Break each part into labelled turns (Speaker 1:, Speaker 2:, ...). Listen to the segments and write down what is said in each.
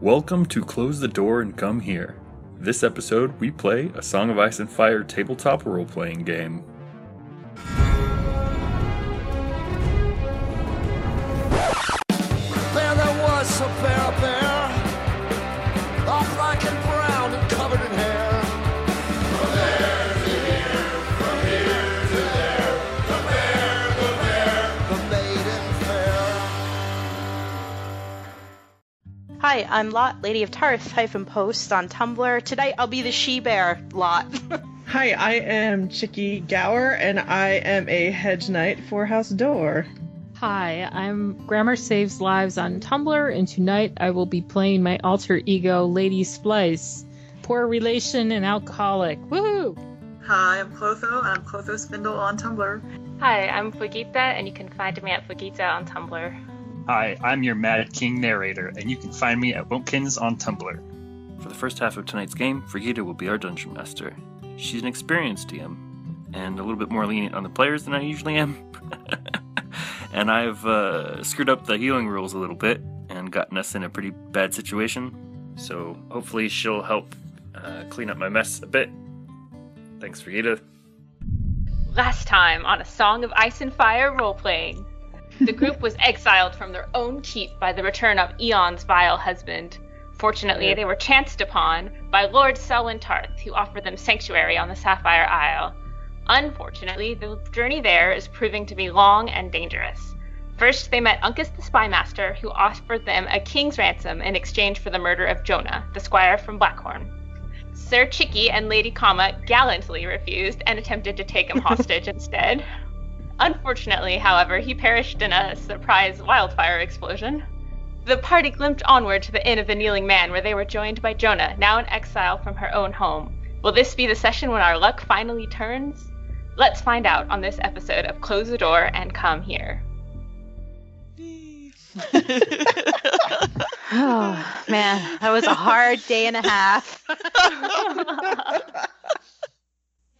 Speaker 1: Welcome to Close the Door and Come Here. This episode, we play a Song of Ice and Fire tabletop role playing game.
Speaker 2: There, there was a fair bear, all black and brown and covered in hair. From there to here, from here to there, the bear, the bear, the maiden fair.
Speaker 3: Hi, I'm Lot, Lady of Tarth, hyphen post on Tumblr. Tonight I'll be the she bear, Lot.
Speaker 4: Hi, I am Chicky Gower, and I am a hedge knight for House Door.
Speaker 5: Hi, I'm Grammar Saves Lives on Tumblr, and tonight I will be playing my alter ego, Lady Splice. Poor relation and alcoholic. Woohoo!
Speaker 6: Hi, I'm Clotho, and I'm Clotho Spindle on Tumblr.
Speaker 7: Hi, I'm Fugita, and you can find me at Fugita on Tumblr.
Speaker 8: Hi, I'm your Mad King narrator, and you can find me at Wilkins on Tumblr.
Speaker 1: For the first half of tonight's game, Frigida will be our dungeon master. She's an experienced DM, and a little bit more lenient on the players than I usually am. and I've uh, screwed up the healing rules a little bit and gotten us in a pretty bad situation. So hopefully she'll help uh, clean up my mess a bit. Thanks, Frigida.
Speaker 7: Last time on a Song of Ice and Fire roleplaying, the group was exiled from their own keep by the return of Eon's vile husband. Fortunately, they were chanced upon by Lord Selwyn Tarth, who offered them sanctuary on the Sapphire Isle. Unfortunately, the journey there is proving to be long and dangerous. First, they met Uncas the Spymaster, who offered them a king's ransom in exchange for the murder of Jonah, the squire from Blackhorn. Sir Chicky and Lady Kama gallantly refused and attempted to take him hostage instead. Unfortunately, however, he perished in a surprise wildfire explosion. The party limped onward to the Inn of the Kneeling Man, where they were joined by Jonah, now in exile from her own home. Will this be the session when our luck finally turns? Let's find out on this episode of Close the Door and Come Here.
Speaker 3: oh, man, that was a hard day and a half.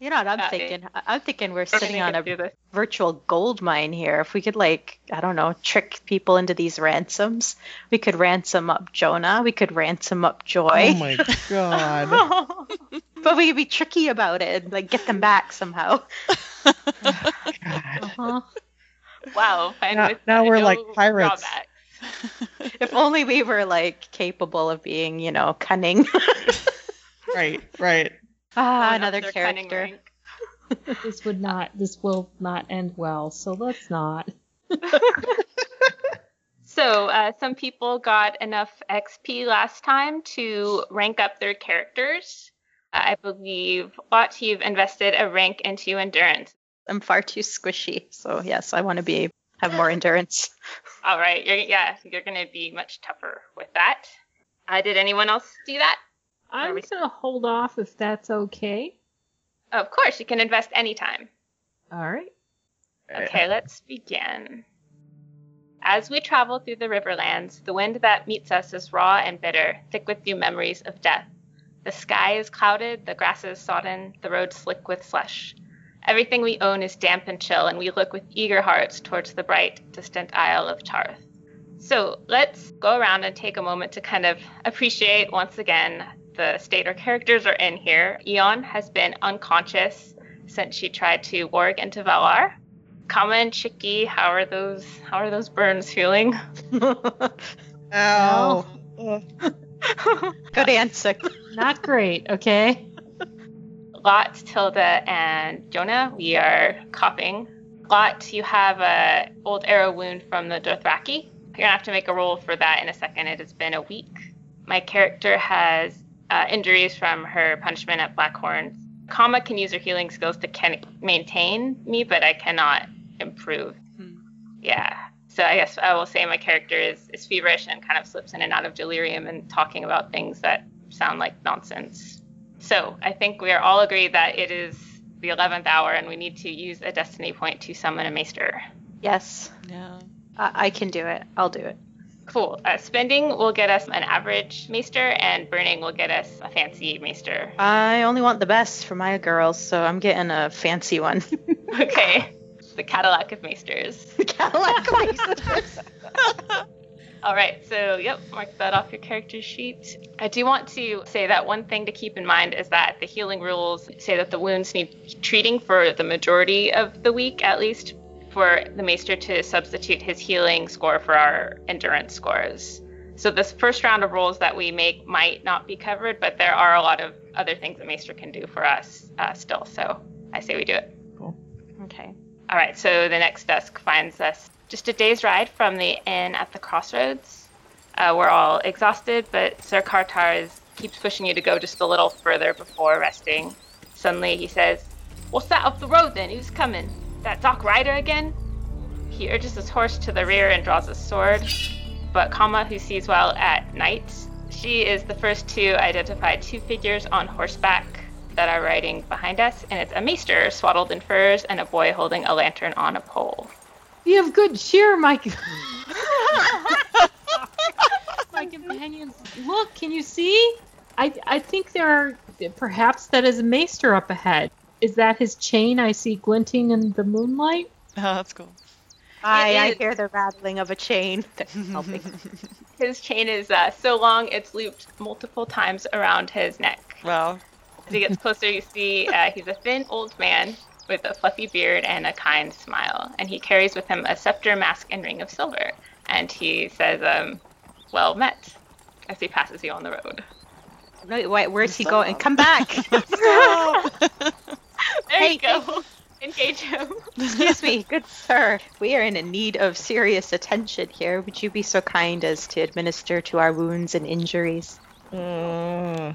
Speaker 3: You know what I'm
Speaker 7: That
Speaker 3: thinking? I- I'm thinking we're
Speaker 7: We're
Speaker 3: sitting
Speaker 7: gonna
Speaker 3: on
Speaker 7: get
Speaker 3: a
Speaker 7: through this.
Speaker 3: virtual gold mine here. If we could, like, I don't know, trick people into these ransoms, we could ransom up Jonah, we could ransom up Joy,
Speaker 4: Oh my
Speaker 3: Oh
Speaker 4: god.
Speaker 3: but we could be tricky about it and, like, get them back somehow.
Speaker 4: God.
Speaker 5: Uh-huh.
Speaker 7: Wow. and
Speaker 4: Now-
Speaker 7: with
Speaker 4: now we're like
Speaker 7: no
Speaker 4: pirates.
Speaker 7: drawback.
Speaker 3: If only we were, like, capable of being, you know, cunning.
Speaker 4: Right, right.
Speaker 3: Ah,
Speaker 7: Going up
Speaker 3: another
Speaker 7: their cunning
Speaker 3: character.
Speaker 7: rank.
Speaker 5: This would not, this will not end well, so let's not.
Speaker 7: So, uh, some people got enough XP last time to rank up their characters. Uh, I believe, Lot, you've invested a rank into endurance.
Speaker 3: I'm far too squishy. So yes, I want to be have more endurance.
Speaker 7: All right, you're, yeah, you're going to be much tougher with that. Uh, did anyone else do that?
Speaker 5: I'm gonna hold off if that's okay.
Speaker 7: Of course, you can invest anytime.
Speaker 5: Alright.
Speaker 7: Okay, let's begin. As we travel through the riverlands, the wind that meets us is raw and bitter, thick with new memories of death. The sky is clouded, the grasses sodden, the road slick with slush. Everything we own is damp and chill, and we look with eager hearts towards the bright, distant Isle of Tarth. So let's go around and take a moment to kind of appreciate once again the state our characters are in here. Eon has been unconscious since she tried to warg into Valar. Kama and Chicky, how are those how are those burns feeling?
Speaker 4: Ow. Ugh.
Speaker 3: Good answer.
Speaker 5: Not great, okay?
Speaker 7: Lot, Tilda, and Jonah, we are coughing. Lot, you have a old arrow wound from the Dothraki. You're gonna have to make a roll for that in a second. It has been a week. My character has uh, injuries from her punishment at Blackhorn. Kama can use her healing skills to can- maintain me, but I cannot improve. Yeah. So I guess I will say my character is, is feverish and kind of slips in and out of delirium and talking about things that sound like nonsense. So I think we are all agreed that it is the 11th hour and we need to use a destiny point to summon a maester.
Speaker 3: Yes,
Speaker 9: Yeah.
Speaker 3: I-, I can do it. I'll do it.
Speaker 7: Cool. Uh, spending will get us an average maester and burning will get us a fancy maester.
Speaker 3: I only want the best for my girls, so I'm getting a fancy one.
Speaker 7: Okay. The Cadillac of maesters.
Speaker 3: Cadillac laces.
Speaker 7: All right, so yep, mark that off your character sheet. I do want to say that one thing to keep in mind is that the healing rules say that the wounds need treating for the majority of the week, at least for the maester to substitute his healing score for our endurance scores. So this first round of rolls that we make might not be covered, but there are a lot of other things the maester can do for us uh, still. So I say we do it.
Speaker 10: Cool.
Speaker 7: Okay. All right, so the next dusk finds us just a day's ride from the inn at the crossroads. Uh, we're all exhausted, but Sir Kartar is, keeps pushing you to go just a little further before resting. Suddenly he says, What's that up the road then? Who's coming? That Doc Rider again? He urges his horse to the rear and draws his sword. But Kama, who sees well at night, she is the first to identify two figures on horseback that are riding behind us, and it's a maester swaddled in furs and a boy holding a lantern on a pole.
Speaker 9: You have good cheer, Mike. My companions, look, can you see? I, I think there are perhaps that is a maester up ahead. Is that his chain I see glinting in the moonlight?
Speaker 4: Oh, that's cool.
Speaker 3: I, I
Speaker 7: is-
Speaker 3: hear the rattling of a chain. That's helping.
Speaker 7: His chain is uh, so long it's looped multiple times around his neck.
Speaker 4: Wow.
Speaker 7: As he gets closer, you see uh, he's a thin old man with a fluffy beard and a kind smile, and he carries with him a scepter, mask, and ring of silver. And he says, um, "Well met," as he passes you on the road.
Speaker 3: No, wait, where's he
Speaker 4: Stop.
Speaker 3: going? Come back!
Speaker 7: There
Speaker 3: Hey,
Speaker 7: you go. Engage him.
Speaker 3: Excuse me, good sir. We are in need of serious attention here. Would you be so kind as to administer to our wounds and injuries?
Speaker 4: Mm.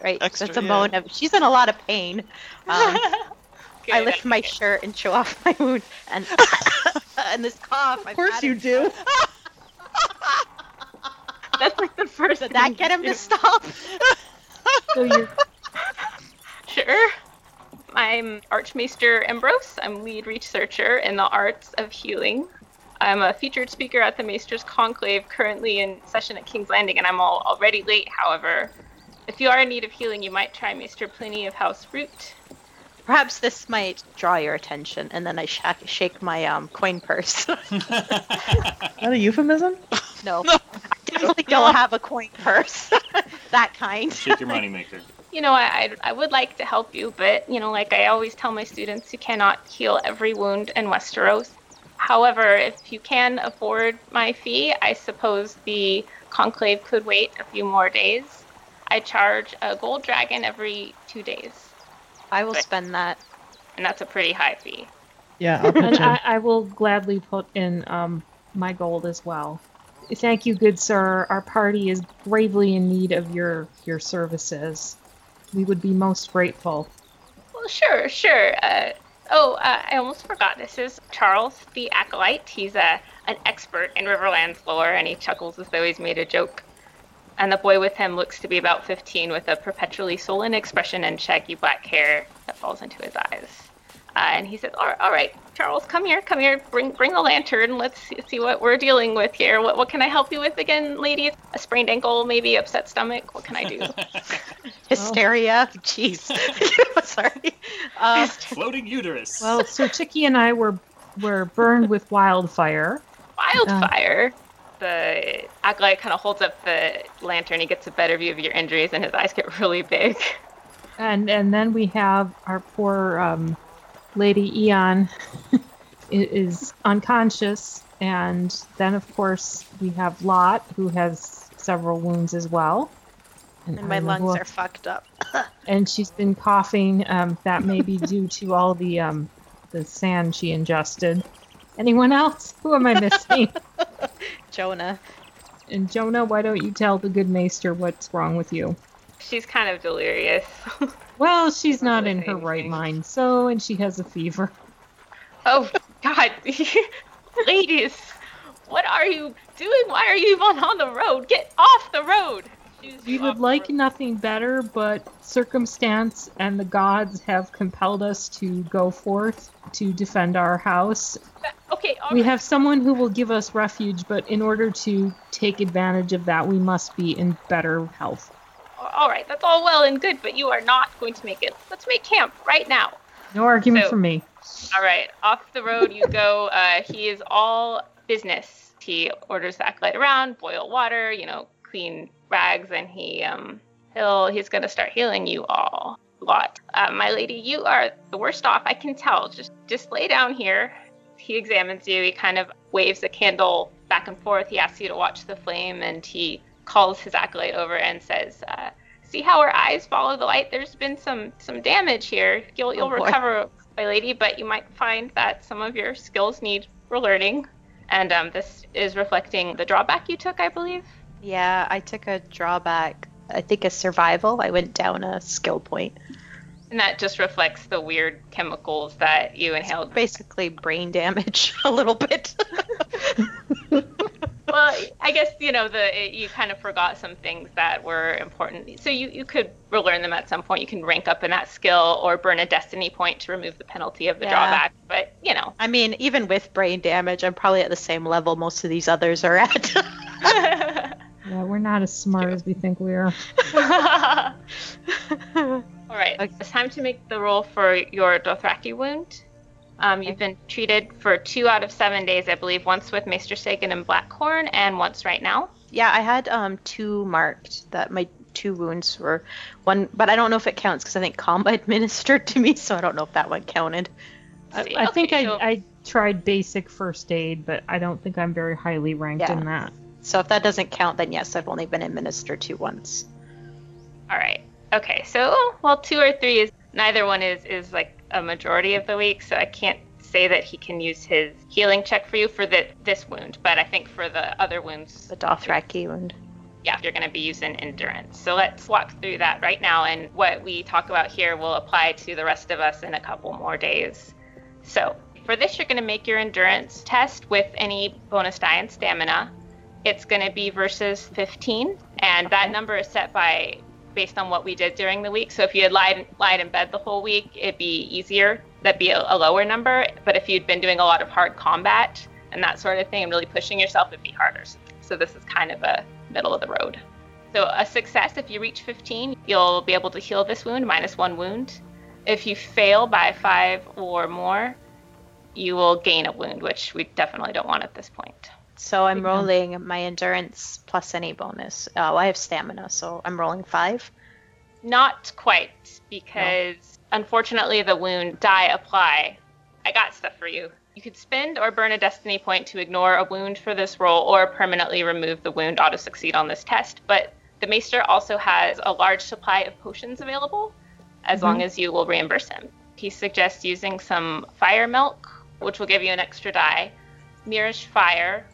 Speaker 3: Right,
Speaker 4: Extra,
Speaker 3: that's a
Speaker 4: yeah.
Speaker 3: moan of. She's in a lot of pain. Um, I
Speaker 7: Good.
Speaker 3: lift my shirt and show off my wound, and and this cough.
Speaker 10: Of course you do.
Speaker 7: That's like the first.
Speaker 3: Did that get him to stop?
Speaker 9: So you're
Speaker 7: Sure. I'm Archmaester Ambrose. I'm lead researcher in the arts of healing. I'm a featured speaker at the Maester's Conclave, currently in session at King's Landing, and I'm all already late, however. If you are in need of healing, you might try Maester Pliny of House Root.
Speaker 3: Perhaps this might draw your attention, and then I sh- shake my um, coin purse.
Speaker 10: Is that a euphemism?
Speaker 3: no, I definitely don't have a coin purse. that kind.
Speaker 8: Shake your moneymaker.
Speaker 7: You know, I, I I would like to help you, but, you know, like I always tell my students, you cannot heal every wound in Westeros. However, if you can afford my fee, I suppose the conclave could wait a few more days. I charge a gold dragon every two days,
Speaker 3: I will
Speaker 7: Right.
Speaker 3: spend that.
Speaker 7: and that's a pretty high fee.
Speaker 10: Yeah, I'll pitch
Speaker 9: and
Speaker 10: in.
Speaker 9: I, I will gladly put in um, my gold as well. Thank you, good sir. Our party is gravely in need of your your services. We would be most grateful.
Speaker 7: Well, sure, sure. Uh, oh, uh, I almost forgot. This is Charles the Acolyte. He's a, an expert in Riverlands lore, and he chuckles as though he's made a joke. And the boy with him looks to be about 15 with a perpetually sullen expression and shaggy black hair that falls into his eyes. Uh, and he says, all, all right, Charles, come here, come here. Bring bring a lantern. Let's see, see what we're dealing with here. What, what can I help you with again, lady? A sprained ankle, maybe upset stomach? What can I do?
Speaker 3: Hysteria. Jeez. Sorry. Um,
Speaker 8: Floating uterus.
Speaker 9: Well, Sir Chicky and I were were burned with wildfire.
Speaker 7: wildfire. The acolyte kind of holds up the lantern. He gets a better view of your injuries, and his eyes get really big.
Speaker 9: and and then we have our poor um, lady Eon i- is unconscious, and then of course we have Lot who has several wounds as well.
Speaker 3: and my
Speaker 9: I don't know
Speaker 3: lungs
Speaker 9: who-
Speaker 3: are fucked up.
Speaker 9: And she's been coughing. Um, that may be due to all the um, the sand she ingested. Anyone else? Who am I missing?
Speaker 3: Jonah.
Speaker 9: and Jonah, why don't you tell the good maester what's wrong with you?
Speaker 7: She's kind of delirious.
Speaker 9: Well, she's
Speaker 7: Not
Speaker 9: not in
Speaker 7: really
Speaker 9: her right
Speaker 7: anything.
Speaker 9: mind, so and she has a fever.
Speaker 7: oh God, ladies, what are you doing? Why are you even on the road? Get off the road! Choose
Speaker 9: We
Speaker 7: you off
Speaker 9: would
Speaker 7: the
Speaker 9: like
Speaker 7: road.
Speaker 9: nothing better, but circumstance and the gods have compelled us to go forth to defend our house.
Speaker 7: Okay, all
Speaker 9: We
Speaker 7: right.
Speaker 9: have someone who will give us refuge, but in order to take advantage of that, we must be in better health.
Speaker 7: all right. That's all well and good, but you are not going to make it. Let's make camp right now.
Speaker 9: No argument
Speaker 7: So-
Speaker 9: from me.
Speaker 7: All right, off the road you go. Uh, he is all business. He orders the acolyte around, boil water, you know, clean rags, and he um he'll he's gonna start healing you all a lot. Uh, my lady, you are the worst off. I can tell. Just just lay down here. He examines you. He kind of waves a candle back and forth. He asks you to watch the flame, and he calls his acolyte over and says. Uh, See how her eyes follow the light. There's been some some damage here. You'll you'll
Speaker 9: Oh, boy.
Speaker 7: recover, my lady, but you might find that some of your skills need relearning, and um, this is reflecting the drawback you took, I believe.
Speaker 3: Yeah, I took a drawback. I think a survival. I went down a skill point.
Speaker 7: And that just reflects the weird chemicals that you inhaled.
Speaker 3: Basically, brain damage a little bit.
Speaker 7: Well, I guess you know the it, you kind of forgot some things that were important. So you you could relearn them at some point. You can rank up in that skill or burn a destiny point to remove the penalty of the
Speaker 3: Yeah.
Speaker 7: drawback. But you know,
Speaker 3: I mean, even with brain damage, I'm probably at the same level most of these others are at.
Speaker 5: Yeah, we're not as smart as we think we are.
Speaker 7: all right.
Speaker 3: Okay.
Speaker 7: It's time to make the roll for your Dothraki wound. Um, You've been treated for two out of seven days, I believe. Once with Maester Sagan and Blackhorn, and once right now.
Speaker 3: yeah, I had um two marked that my two wounds were one, but I don't know if it counts because I think comma administered to me, so I don't know if that one counted.
Speaker 5: I,
Speaker 7: See,
Speaker 5: I think
Speaker 7: okay,
Speaker 5: I,
Speaker 7: so-
Speaker 5: I tried basic first aid, but I don't think I'm very highly ranked
Speaker 3: Yeah.
Speaker 5: in that.
Speaker 3: So if that doesn't count, then yes, I've only been administered to once.
Speaker 7: All right. Okay. So, well, two or three is neither one is is like a majority of the week, so I can't say that he can use his healing check for you for the, this wound, but I think for the other wounds,
Speaker 3: The Dothraki wound.
Speaker 7: yeah, you're going to be using endurance. So let's walk through that right now, and what we talk about here will apply to the rest of us in a couple more days. So for this, you're going to make your endurance test with any bonus die and stamina. It's going to be versus 15, and that number is set by based on what we did during the week. So if you had lied, lied in bed the whole week, it'd be easier. That'd be a, a lower number. But if you'd been doing a lot of hard combat and that sort of thing and really pushing yourself, it'd be harder. So, so this is kind of a middle of the road. So a success, if you reach 15, you'll be able to heal this wound, minus one wound. If you fail by five or more, you will gain a wound, which we definitely don't want at this point.
Speaker 3: So I'm rolling my endurance plus any bonus. Oh, I have stamina, so I'm rolling five.
Speaker 7: Not quite, because unfortunately the wound die apply. I got stuff for you. You could spend or burn a destiny point to ignore a wound for this roll or permanently remove the wound auto succeed on this test, but the Maester also has a large supply of potions available as long as you will reimburse him. He suggests using some fire milk, which will give you an extra die, Mirish fire,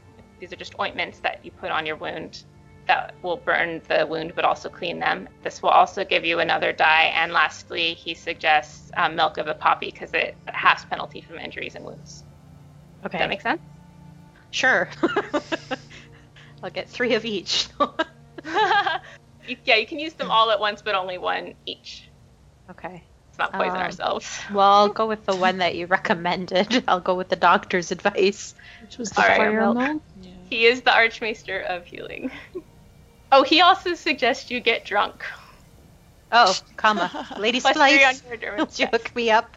Speaker 7: these are just ointments that you put on your wound that will burn the wound but also clean them. This will also give you another die. And lastly, he suggests um, milk of the poppy because it halves penalty from injuries and wounds.
Speaker 3: Okay.
Speaker 7: Does that make sense?
Speaker 3: Sure. I'll get three of each.
Speaker 7: You, yeah, you can use them all at once, but only one each.
Speaker 3: okay.
Speaker 7: Let's not poison
Speaker 3: Um,
Speaker 7: ourselves.
Speaker 3: Well, I'll go with the one that you recommended. I'll go with the doctor's advice.
Speaker 5: Which was the
Speaker 7: All right.
Speaker 5: fire
Speaker 3: Milk.
Speaker 5: milk?
Speaker 9: Yeah.
Speaker 7: He is the Archmaester of Healing. oh, he also suggests you get drunk.
Speaker 3: Oh, comma. Lady
Speaker 7: Plus three on
Speaker 3: Slice,
Speaker 7: your
Speaker 3: don't
Speaker 7: endurance
Speaker 3: you
Speaker 7: check.
Speaker 3: hook me up?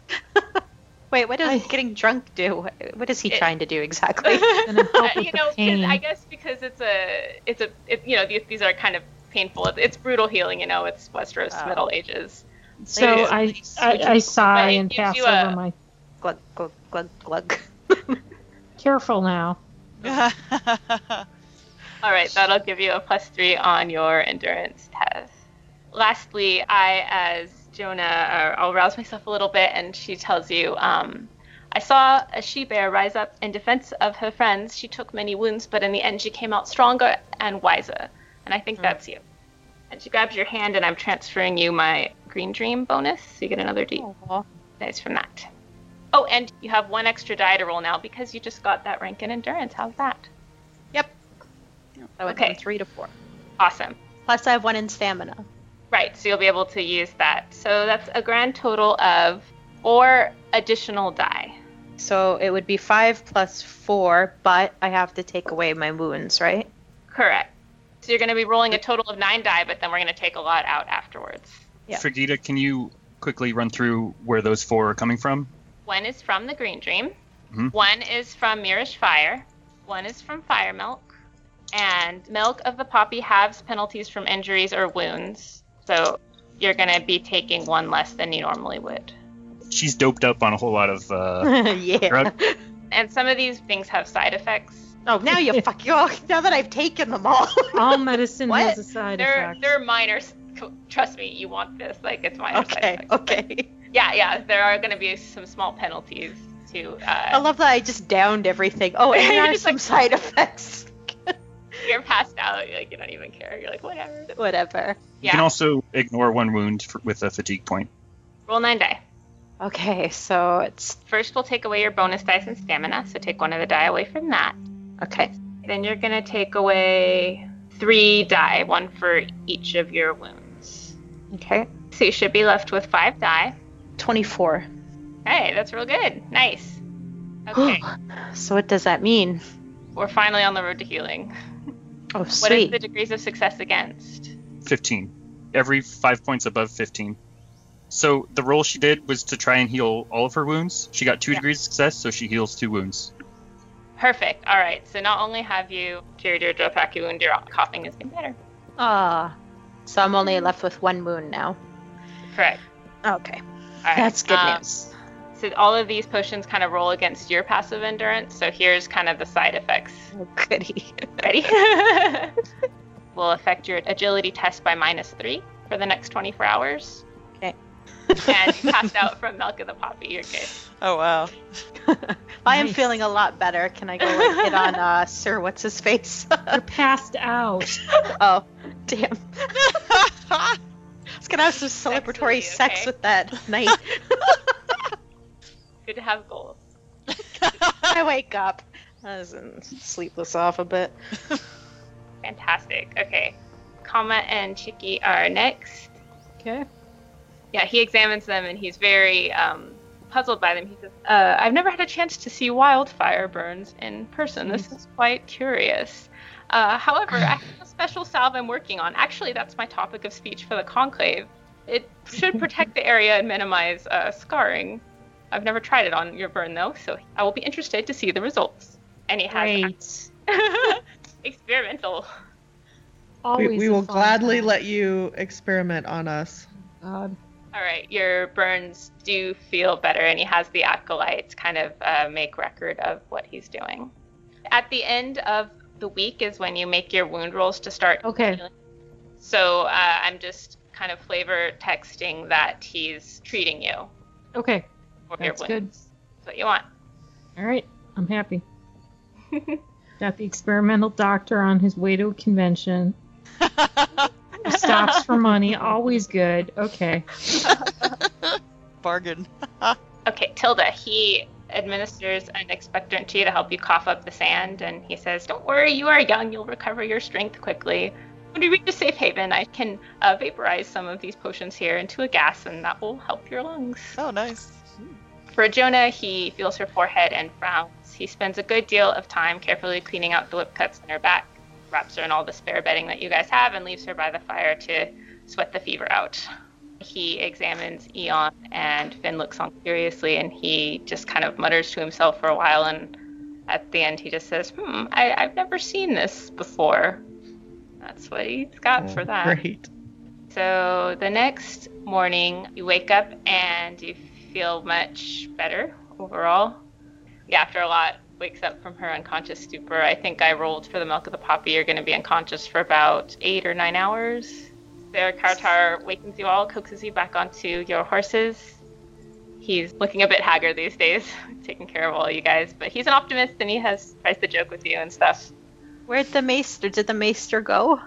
Speaker 3: Wait, what does
Speaker 5: I-
Speaker 3: getting drunk do? What is he
Speaker 7: It-
Speaker 3: trying to do exactly?
Speaker 5: And it helped
Speaker 7: Uh,
Speaker 5: with
Speaker 7: you
Speaker 5: the
Speaker 7: know, 'cause
Speaker 5: pain.
Speaker 7: I guess because it's a, it's a, it, you know, these, these are kind of painful. It's, it's brutal healing, you know. It's Westeros
Speaker 3: Oh.
Speaker 7: Middle Ages.
Speaker 5: so
Speaker 7: Ladies,
Speaker 5: I,
Speaker 3: please,
Speaker 5: I,
Speaker 3: would you-
Speaker 5: I sigh
Speaker 7: But it
Speaker 5: and
Speaker 7: gives
Speaker 5: pass
Speaker 7: you a-
Speaker 5: over my
Speaker 3: glug, glug, glug, glug.
Speaker 5: careful now.
Speaker 7: All right, that'll give you a plus three on your endurance test. Lastly, I, as Jonah, uh, I'll rouse myself a little bit, and she tells you, um, I saw a she bear rise up in defense of her friends. She took many wounds, but in the end, she came out stronger and wiser. And I think that's you. And she grabs your hand, and I'm transferring you my green dream bonus. So you get another D.
Speaker 3: Oh.
Speaker 7: Nice from that. Oh, and you have one extra die to roll now because you just got that rank in endurance. How's that?
Speaker 3: That went okay.
Speaker 7: Okay.
Speaker 3: from three to four.
Speaker 7: Awesome.
Speaker 3: Plus, I have one in stamina.
Speaker 7: Right, so you'll be able to use that. So that's a grand total of four additional die.
Speaker 3: So it would be five plus four, but I have to take away my wounds, right?
Speaker 7: Correct. So you're going to be rolling a total of nine die, but then we're going to take a lot out afterwards.
Speaker 3: Yeah.
Speaker 8: Frigida, can you quickly run through where those four are coming from?
Speaker 7: One is from the Green Dream.
Speaker 8: Mhm.
Speaker 7: One is from Mirish Fire. One is from Fire Milk, and Milk of the Poppy halves penalties from injuries or wounds. So you're gonna be taking one less than you normally would.
Speaker 8: She's doped up on a whole lot of. Uh,
Speaker 3: yeah.
Speaker 8: drug-
Speaker 7: And some of these things have side effects.
Speaker 3: Oh, now you fuck you. Now that I've taken them all.
Speaker 5: All medicine
Speaker 3: What?
Speaker 5: has a side
Speaker 7: They're
Speaker 5: effect.
Speaker 7: they're minor. s- co- Trust me, you want this. Like it's minor side
Speaker 3: okay.
Speaker 7: effects.
Speaker 3: Okay.
Speaker 7: Yeah, yeah. There are gonna be some small penalties to.
Speaker 3: I
Speaker 7: Uh,
Speaker 3: love that I just downed everything. Oh, and
Speaker 7: You're
Speaker 3: there's
Speaker 7: just
Speaker 3: some
Speaker 7: like-
Speaker 3: side effects.
Speaker 7: you're passed out. Like you don't even care. You're like whatever.
Speaker 3: Whatever.
Speaker 8: You can
Speaker 7: Yeah.
Speaker 8: also ignore one wound for, with a fatigue point.
Speaker 7: Roll nine die.
Speaker 3: Okay, so it's
Speaker 7: First, we'll take away your bonus dice and stamina, so take one of the die away from that.
Speaker 3: okay.
Speaker 7: Then you're gonna take away three die, one for each of your wounds.
Speaker 3: Okay.
Speaker 7: So you should be left with five die.
Speaker 3: 24.
Speaker 7: Hey, that's real good. Nice. Okay,
Speaker 3: So what does that mean?
Speaker 7: we're finally on the road to healing.
Speaker 3: Oh,
Speaker 7: What is
Speaker 3: sweet.
Speaker 7: the degrees of success against?
Speaker 8: 15. Every five points above 15. So the roll she did was to try and heal all of her wounds. She got two
Speaker 7: Yeah.
Speaker 8: degrees of success, so she heals two wounds.
Speaker 7: Perfect. All right. So not only have you cured your Dopaku wound, your coughing is getting better.
Speaker 3: Ah. so I'm only left with one moon now.
Speaker 7: Correct.
Speaker 3: Okay.
Speaker 7: All right.
Speaker 3: That's good
Speaker 7: um,
Speaker 3: news.
Speaker 7: So all of these potions kind of roll against your passive endurance. So here's kind of the side effects.
Speaker 3: Oh, goody.
Speaker 7: Ready? will affect your agility test by minus three for the next 24 hours.
Speaker 3: Okay.
Speaker 7: and you passed out from milk of the poppy. You're good.
Speaker 9: Oh wow.
Speaker 3: I am
Speaker 5: Nice.
Speaker 3: feeling a lot better. Can I go like, hit on uh, Sir What's His Face?
Speaker 5: You're passed out.
Speaker 3: oh, damn. I was gonna have some celebratory
Speaker 7: Sex with you,
Speaker 3: sex
Speaker 7: okay?
Speaker 3: with that night.
Speaker 7: Good to have goals.
Speaker 3: I wake up. I was in sleep this off a bit.
Speaker 7: Fantastic. Okay. Kama and Chiki are next.
Speaker 5: Okay.
Speaker 7: Yeah, he examines them and he's very um, puzzled by them. He says, uh, I've never had a chance to see wildfire burns in person. This
Speaker 5: Mm.
Speaker 7: is quite curious. Uh, however, I have a special salve I'm working on. Actually, that's my topic of speech for the conclave. It should protect the area and minimize uh, scarring. I've never tried it on your burn, though, so I will be interested to see the results. And he has
Speaker 5: Great.
Speaker 7: experimental.
Speaker 5: Always.
Speaker 4: We, we
Speaker 5: a
Speaker 4: will
Speaker 5: fun
Speaker 4: gladly
Speaker 5: time.
Speaker 4: let you experiment on us.
Speaker 5: God.
Speaker 7: All right, your burns do feel better, and he has the acolytes kind of uh, make record of what he's doing. At the end of the week is when you make your wound rolls to start.
Speaker 5: Okay.
Speaker 7: So uh, I'm just kind of flavor texting that he's treating you
Speaker 5: Okay.
Speaker 7: for your
Speaker 5: That's
Speaker 7: wound.
Speaker 5: good.
Speaker 7: That's what you want.
Speaker 5: All right. I'm happy. Got the experimental doctor on his way to a convention. Stops for money. Always good. Okay.
Speaker 9: Bargain.
Speaker 7: Okay, Tilda, he administers an expectorant to you to help you cough up the sand, and he says, Don't worry, you are young. You'll recover your strength quickly. When you reach a safe haven, I can uh, vaporize some of these potions here into a gas, and that will help your lungs.
Speaker 9: Oh nice.
Speaker 7: For Jonah, he feels her forehead and frowns. He spends a good deal of time carefully cleaning out the whip cuts on her back, wraps her in all the spare bedding that you guys have, and leaves her by the fire to sweat the fever out. He examines Eon and Finn looks on curiously, and he just kind of mutters to himself for a while. And at the end, he just says, "Hmm, I, I've never seen this before." That's what he's got for that.
Speaker 4: Great.
Speaker 7: So the next morning, you wake up and you feel much better overall. Yeah, after a lot wakes up from her unconscious stupor. I think I rolled for the milk of the poppy. You're going to be unconscious for about eight or nine hours. There, Kartar wakens you all, coaxes you back onto your horses. He's looking a bit haggard these days, taking care of all you guys, but he's an optimist and he has tries to joke with you and stuff.
Speaker 3: Where'd the maester? Did the maester go?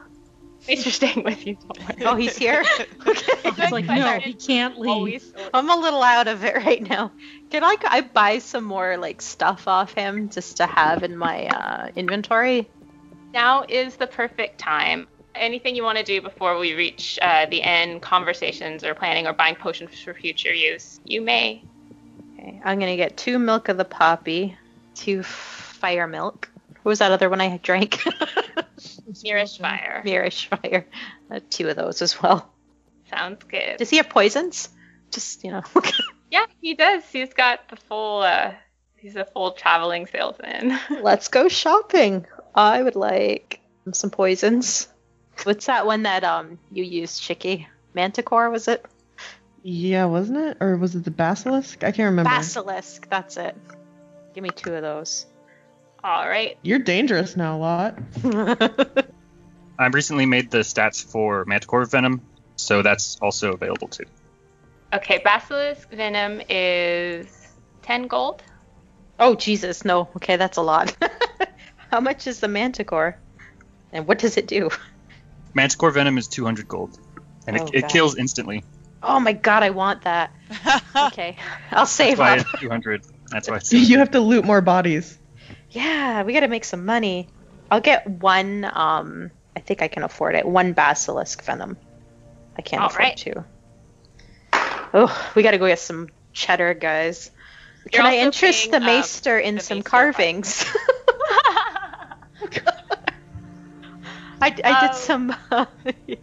Speaker 7: Thanks for staying with you. Don't worry.
Speaker 3: Oh, he's here. Okay.
Speaker 5: He's like, no, he can't leave.
Speaker 7: Always.
Speaker 3: I'm a little out of it right now. Can I, I buy some more like stuff off him just to have in my uh, inventory?
Speaker 7: Now is the perfect time. Anything you want to do before we reach uh, the end, conversations or planning or buying potions for future use, you may.
Speaker 3: Okay, I'm gonna get two milk of the poppy, two fire milk. What was that other one I drank?
Speaker 7: Nearest fire.
Speaker 3: Mirish fire. Uh, two of those as well.
Speaker 7: Sounds good.
Speaker 3: Does he have poisons? Just you know.
Speaker 7: yeah, he does. He's got the full. Uh, He's a full traveling salesman.
Speaker 3: Let's go shopping. I would like some poisons. What's that one that um you used, Chicky? Manticore was it?
Speaker 4: Yeah, wasn't it? Or was it the basilisk? I can't remember.
Speaker 3: Basilisk. That's it. Give me two of those.
Speaker 7: All right.
Speaker 4: You're dangerous now, Lot.
Speaker 8: I recently made the stats for Manticore Venom, so that's also available too.
Speaker 7: Okay, Basilisk Venom is 10 gold.
Speaker 3: oh Jesus, no. Okay, that's a lot. How much is the manticore? And what does it do?
Speaker 8: Manticore Venom is 200 gold, and
Speaker 3: Oh,
Speaker 8: it, it
Speaker 3: God.
Speaker 8: kills instantly.
Speaker 3: Oh my god, I want that. Okay. I'll
Speaker 8: That's
Speaker 3: save
Speaker 8: why
Speaker 3: up.
Speaker 8: it's 200. That's why it's
Speaker 4: you have to loot more bodies.
Speaker 3: Yeah, we got to make some money. I'll get one. Um, I think I can afford it. One basilisk venom. I can't
Speaker 7: All
Speaker 3: afford
Speaker 7: right.
Speaker 3: two. Oh, we got to go get some cheddar, guys.
Speaker 7: You're
Speaker 3: can I
Speaker 7: also
Speaker 3: interest
Speaker 7: paying,
Speaker 3: the
Speaker 7: um,
Speaker 3: maester in
Speaker 7: the
Speaker 3: some
Speaker 7: maester
Speaker 3: carvings? I, I did
Speaker 7: Um,
Speaker 3: some. Uh, yeah.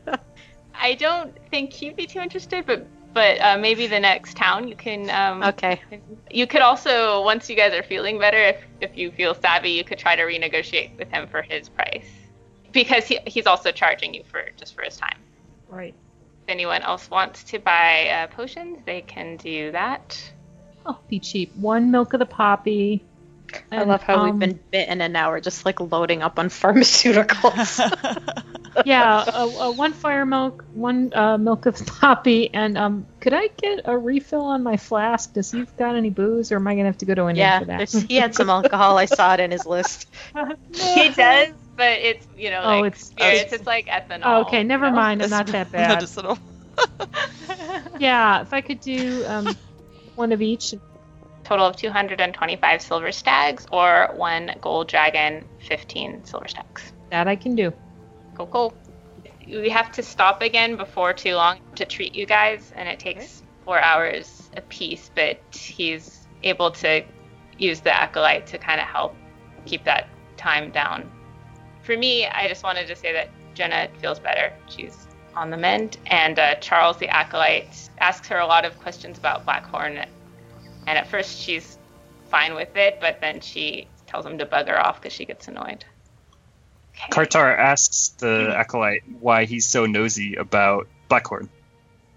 Speaker 7: I don't think he'd be too interested, but but uh, maybe the next town you can. Um,
Speaker 3: Okay.
Speaker 7: You could also, once you guys are feeling better, if, if you feel savvy, you could try to renegotiate with him for his price, because he, he's also charging you for just for his time.
Speaker 5: Right.
Speaker 7: If anyone else wants to buy uh, potions, they can do that.
Speaker 5: I'll be cheap. One milk of the poppy.
Speaker 3: I
Speaker 5: and,
Speaker 3: love how
Speaker 5: um,
Speaker 3: we've been bitten and now we're just like loading up on pharmaceuticals.
Speaker 5: yeah, uh, uh, one fire milk, one uh, milk of poppy, and um, could I get a refill on my flask? Does he got any booze, or am I gonna have to go to an
Speaker 3: yeah,
Speaker 5: for that?
Speaker 3: there's- he had some alcohol. I saw it in his list.
Speaker 7: He does, but it's you know
Speaker 5: Oh,
Speaker 7: like
Speaker 5: it's-
Speaker 7: spirits.
Speaker 5: it's-
Speaker 7: It's, like ethanol.
Speaker 5: Oh, okay,
Speaker 7: you
Speaker 5: never
Speaker 7: know?
Speaker 5: mind. I'm not that
Speaker 9: Not
Speaker 5: bad.
Speaker 9: just at all.
Speaker 5: yeah, if I could do um, one of each.
Speaker 7: Total of 225 silver stags or one gold dragon, 15 silver stags.
Speaker 5: That I can do.
Speaker 7: Go go. We have to stop again before too long to treat you guys, and it takes four hours apiece. But he's able to use the acolyte to kind of help keep that time down. For me, I just wanted to say that Jenna feels better. She's on the mend, and uh, Charles the acolyte asks her a lot of questions about Black Hornet. And at first, she's fine with it, but then she tells him to bugger off because she gets annoyed. Okay.
Speaker 8: Kartar asks the acolyte why he's so nosy about Blackhorn.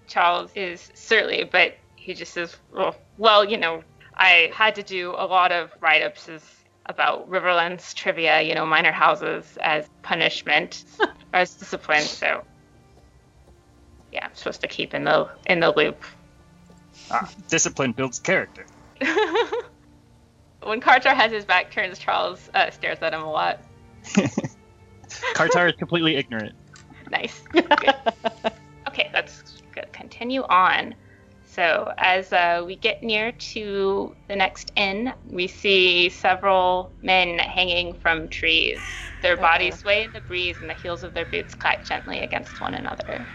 Speaker 7: Charles is certainly, but he just says, well, well, you know, I had to do a lot of write ups about Riverlands trivia, you know, minor houses as punishment or as discipline. So, yeah, I'm supposed to keep in the in the loop.
Speaker 8: Ah, discipline builds character.
Speaker 7: when Kartar has his back turns, Charles uh, stares at him a lot.
Speaker 8: Kartar is completely ignorant.
Speaker 7: Nice. Good. okay, let's go- continue on. So, as uh, we get near to the next inn, we see several men hanging from trees. Their bodies sway in the breeze, and the heels of their boots clack gently against one another.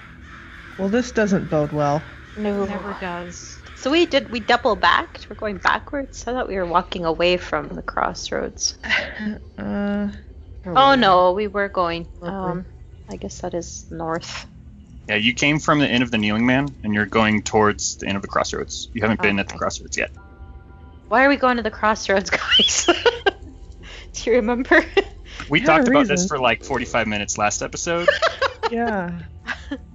Speaker 4: Well, this doesn't bode well.
Speaker 3: No.
Speaker 5: Never does.
Speaker 3: So we did we double backed? We're going backwards? I thought we were walking away from the crossroads.
Speaker 4: Uh,
Speaker 3: Oh no, we were going. Um
Speaker 4: Lovely.
Speaker 3: I guess that is north.
Speaker 8: Yeah, you came from the end of the Kneeling Man, and you're going towards the end of the Crossroads. You haven't been at the
Speaker 3: Okay.
Speaker 8: Crossroads yet.
Speaker 3: Why are we going to the crossroads, guys? Do you remember?
Speaker 8: We
Speaker 4: Had a
Speaker 8: talked about this
Speaker 4: reason.
Speaker 8: for like 45 minutes last episode.
Speaker 4: yeah.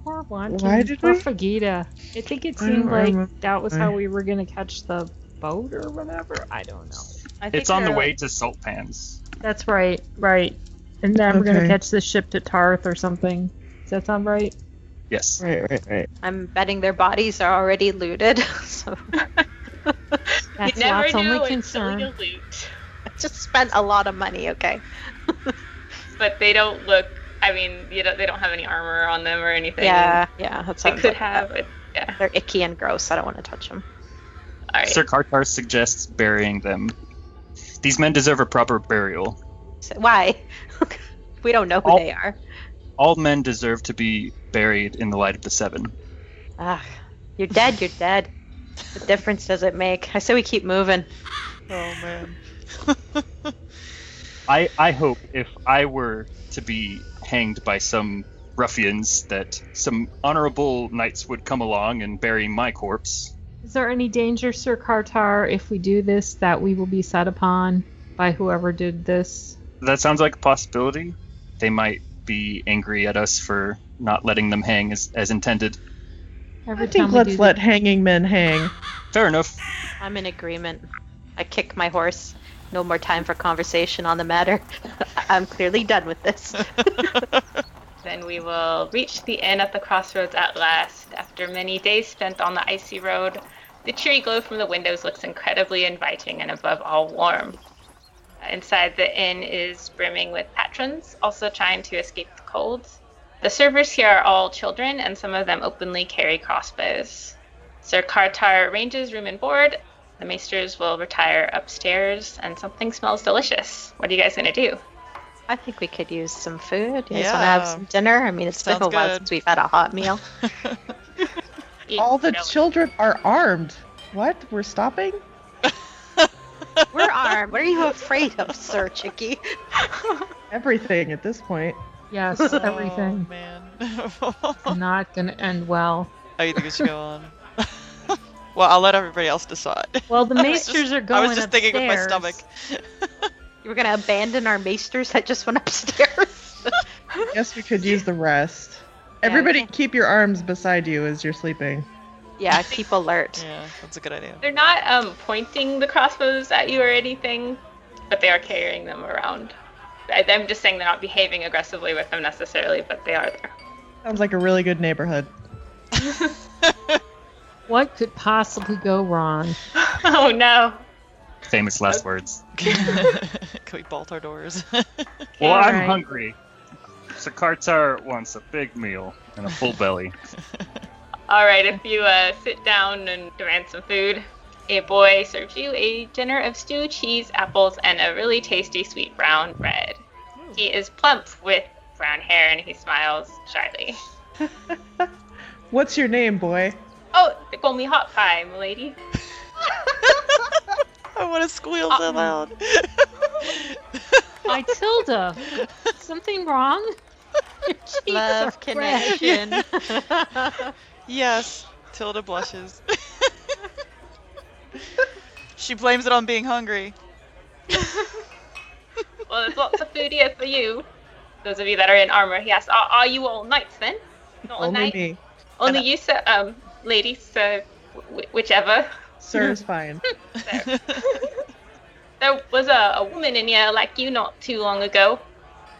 Speaker 5: Poor Wanton.
Speaker 4: Why did
Speaker 5: Poor
Speaker 4: we-
Speaker 5: Fagita. I think it
Speaker 4: I don't
Speaker 5: seemed like
Speaker 4: remember.
Speaker 5: that was
Speaker 4: I-
Speaker 5: how we were gonna catch the boat or whatever. I don't know.
Speaker 9: I think
Speaker 8: it's on the
Speaker 9: they're,
Speaker 8: way to Salt Pans.
Speaker 5: That's right, right. And then we're gonna
Speaker 4: Okay.
Speaker 5: catch the ship to Tarth or something. Does that sound right?
Speaker 8: Yes.
Speaker 4: Right, right, right.
Speaker 3: I'm betting their bodies are already looted. So
Speaker 5: That's
Speaker 7: you never
Speaker 5: Lot's
Speaker 7: know
Speaker 5: only
Speaker 7: until
Speaker 5: concern.
Speaker 7: you loot.
Speaker 3: I just spent a lot of money, okay?
Speaker 7: But they don't look. I mean, you know, they don't have any armor on them or anything.
Speaker 3: Yeah, yeah, that's
Speaker 7: They
Speaker 3: how
Speaker 7: could have. But, yeah.
Speaker 3: They're icky and gross. I don't want to touch them.
Speaker 7: All right.
Speaker 8: Sir Kartar suggests burying them. These men deserve a proper burial.
Speaker 3: So, why? we don't know who
Speaker 8: Oh.
Speaker 3: they are.
Speaker 8: All men deserve to be buried in the light of the Seven.
Speaker 3: Ah, you're dead, you're dead. What difference does it make? I say we keep moving.
Speaker 9: Oh man.
Speaker 8: I, I hope if I were to be hanged by some ruffians that some honorable knights would come along and bury my corpse.
Speaker 5: Is there any danger, Sir Kartar, if we do this, that we will be set upon by whoever did this?
Speaker 8: That sounds like a possibility. They might be angry at us for not letting them hang as, as intended.
Speaker 5: Every
Speaker 4: I think
Speaker 5: time we
Speaker 4: let's
Speaker 5: do
Speaker 4: let hanging men hang.
Speaker 8: Fair enough.
Speaker 3: I'm in agreement. I kick my horse. No more time for conversation on the matter. I'm clearly done with this.
Speaker 7: Then we will reach the inn at the crossroads at last. After many days spent on the icy road, the cheery glow from the windows looks incredibly inviting and above all warm. Inside the inn is brimming with patrons, also trying to escape the cold. The servers here are all children, and some of them openly carry crossbows. Sir Kartar arranges room and board. The maesters will retire upstairs, and something smells delicious. What are you guys going to do?
Speaker 3: I think we could use some food. You guys want to
Speaker 9: Yeah.
Speaker 3: have some dinner? I mean, it's been a
Speaker 9: Sounds
Speaker 3: while
Speaker 9: good.
Speaker 3: since we've had a hot meal.
Speaker 7: Eat
Speaker 4: All the
Speaker 7: no-
Speaker 4: children are armed. What? We're stopping?
Speaker 3: We're armed. What are you afraid of, Sir Chicky?
Speaker 4: Everything at this point.
Speaker 5: Yes,
Speaker 9: Oh,
Speaker 5: everything.
Speaker 9: man.
Speaker 5: Not gonna end well.
Speaker 9: How you think we should go on? well, I'll let everybody else decide.
Speaker 5: Well, the
Speaker 9: I was
Speaker 5: maesters
Speaker 9: just-
Speaker 5: are going
Speaker 9: I was just thinking with my stomach.
Speaker 5: upstairs.
Speaker 3: You were going to abandon our maesters that just went upstairs?
Speaker 4: Guess we could use the rest. Everybody keep your arms beside you as you're sleeping.
Speaker 3: yeah, keep alert.
Speaker 9: Yeah, that's a good idea.
Speaker 7: They're not um, pointing the crossbows at you or anything, but they are carrying them around. I, I'm just saying they're not behaving aggressively with them necessarily, but they are there.
Speaker 4: Sounds like a really good neighborhood.
Speaker 5: What could possibly go wrong?
Speaker 7: oh no.
Speaker 8: Famous last words.
Speaker 9: Can we bolt our doors?
Speaker 8: Well, I'm
Speaker 5: Alright.
Speaker 8: hungry. So Kartar wants a big meal and a full belly.
Speaker 7: All right, if you uh, sit down and demand some food, a boy serves you a dinner of stew, cheese, apples, and a really tasty sweet brown bread. He is plump with brown hair and he smiles shyly.
Speaker 4: What's your name, boy?
Speaker 7: Oh, they call me Hot Pie, milady.
Speaker 9: I want to squeal so loud.
Speaker 5: My Tilda, something wrong? Your cheeks are
Speaker 9: Love
Speaker 5: red.
Speaker 9: connection. yes, Tilda blushes. she blames it on being hungry.
Speaker 7: Well, there's lots of food here for you. Those of you that are in armor, he asks, are, are you all knights then? Not a
Speaker 4: Only
Speaker 7: knight?
Speaker 4: me.
Speaker 7: Only
Speaker 9: And
Speaker 7: you, sir, um, lady, so w- whichever.
Speaker 4: Serves fine.
Speaker 7: There was a, a woman in here like you not too long ago.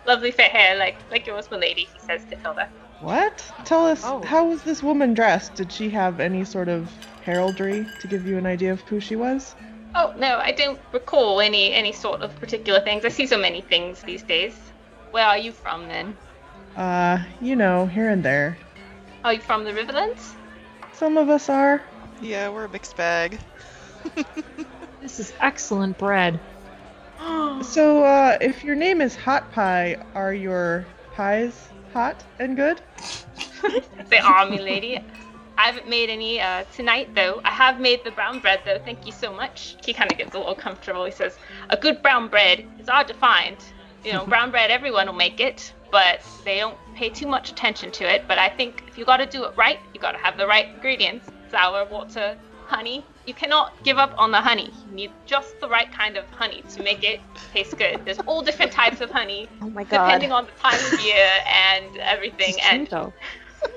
Speaker 7: Lovely fair hair, like like yours, my lady, he says to Tilda.
Speaker 4: What? Tell us,
Speaker 5: Oh.
Speaker 4: how was this woman dressed? Did she have any sort of heraldry to give you an idea of who she was?
Speaker 7: Oh, no, I don't recall any, any sort of particular things. I see so many things these days. Where are you from then?
Speaker 4: Uh, you know, here and there.
Speaker 7: Are you from the Riverlands?
Speaker 4: Some of us are.
Speaker 9: yeah, we're a mixed bag.
Speaker 5: This is excellent bread.
Speaker 4: So, uh, if your name is Hot Pie, are your pies hot and good?
Speaker 7: They are, my lady. I haven't made any uh, tonight, though. I have made the brown bread, though. Thank you so much. He kind of gets a little comfortable. He says, A good brown bread is hard to find. You know, brown bread, everyone will make it, but they don't pay too much attention to it. But I think if you got to do it right, you got to have the right ingredients flour, water, honey. You cannot give up on the honey. You need just the right kind of honey to make it taste good. There's all different types of honey,
Speaker 3: Oh my god.
Speaker 7: depending on the time of year and everything.
Speaker 3: It's
Speaker 7: and
Speaker 3: true, though.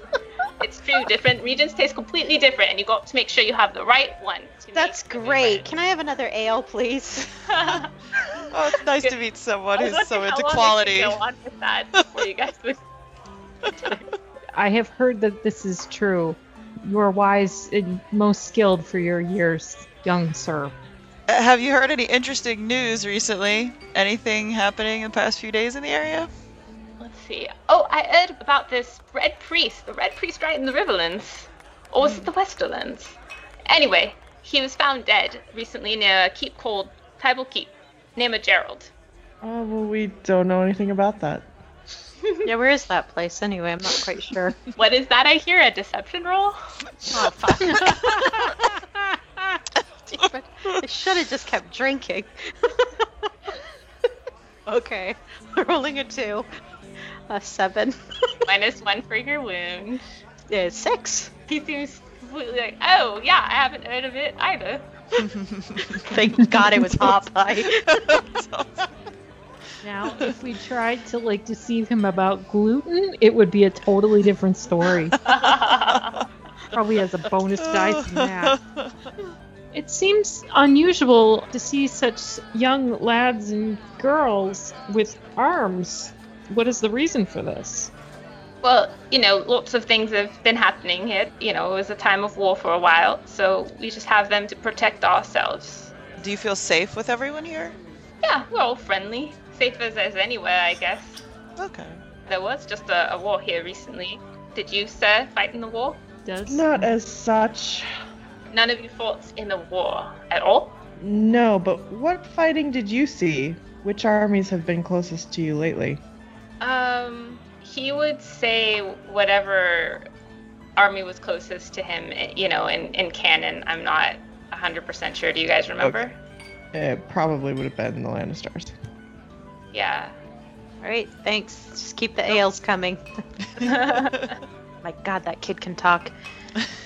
Speaker 7: it's true. Different regions taste completely different, and you got to make sure you have the right one. to make
Speaker 3: That's
Speaker 7: the
Speaker 3: great. Can I have another ale, please?
Speaker 7: different-
Speaker 9: Oh, it's nice to meet someone
Speaker 7: I was
Speaker 9: who's so
Speaker 7: wondering how
Speaker 9: into
Speaker 7: long I could
Speaker 9: quality.
Speaker 7: Go on with that before you guys would-
Speaker 5: I have heard that this is true. You are wise and most skilled for your years, young sir.
Speaker 9: Uh, Have you heard any interesting news recently? Anything happening in the past few days in the area?
Speaker 7: Let's see. Oh, I heard about this red priest. The red priest right in the Riverlands, or
Speaker 3: Hmm.
Speaker 7: was it the Westerlands? Anyway, he was found dead recently near a keep called Tribal Keep, near Gerald.
Speaker 4: Oh, well, we don't know anything about that.
Speaker 3: yeah, where is that place anyway? I'm not quite sure.
Speaker 7: What is that? I hear a deception roll.
Speaker 3: oh, fuck. Damn it. I should have just kept drinking. okay. Rolling a two. A seven.
Speaker 7: Minus one for your wound.
Speaker 3: Yeah, six.
Speaker 7: He seems completely like, oh yeah, I haven't heard of it either.
Speaker 3: Thank God it was hot pie.
Speaker 5: Now, if we tried to like deceive him about gluten, it would be a totally different story. Probably has a bonus dice in that. It seems unusual to see such young lads and girls with arms. What is the reason for this?
Speaker 7: Well, you know, lots of things have been happening here. You know, it was a time of war for a while, so we just have them to protect ourselves.
Speaker 9: Do you feel safe with everyone here?
Speaker 7: Yeah, we're all friendly. Safe as, as anywhere, I guess.
Speaker 9: Okay.
Speaker 7: There was just a, a war here recently. Did you, sir, fight in the war?
Speaker 5: Does
Speaker 4: Not as such.
Speaker 7: None of you fought in the war at all?
Speaker 4: No, but what fighting did you see? Which armies have been closest to you lately?
Speaker 7: Um, he would say whatever army was closest to him, eh, you know, in, in canon. I'm not 100% sure. Do you guys remember?
Speaker 4: It probably would have been the Lannisters.
Speaker 7: Yeah.
Speaker 3: All right, thanks. Just keep the ales coming. My God, that kid can talk.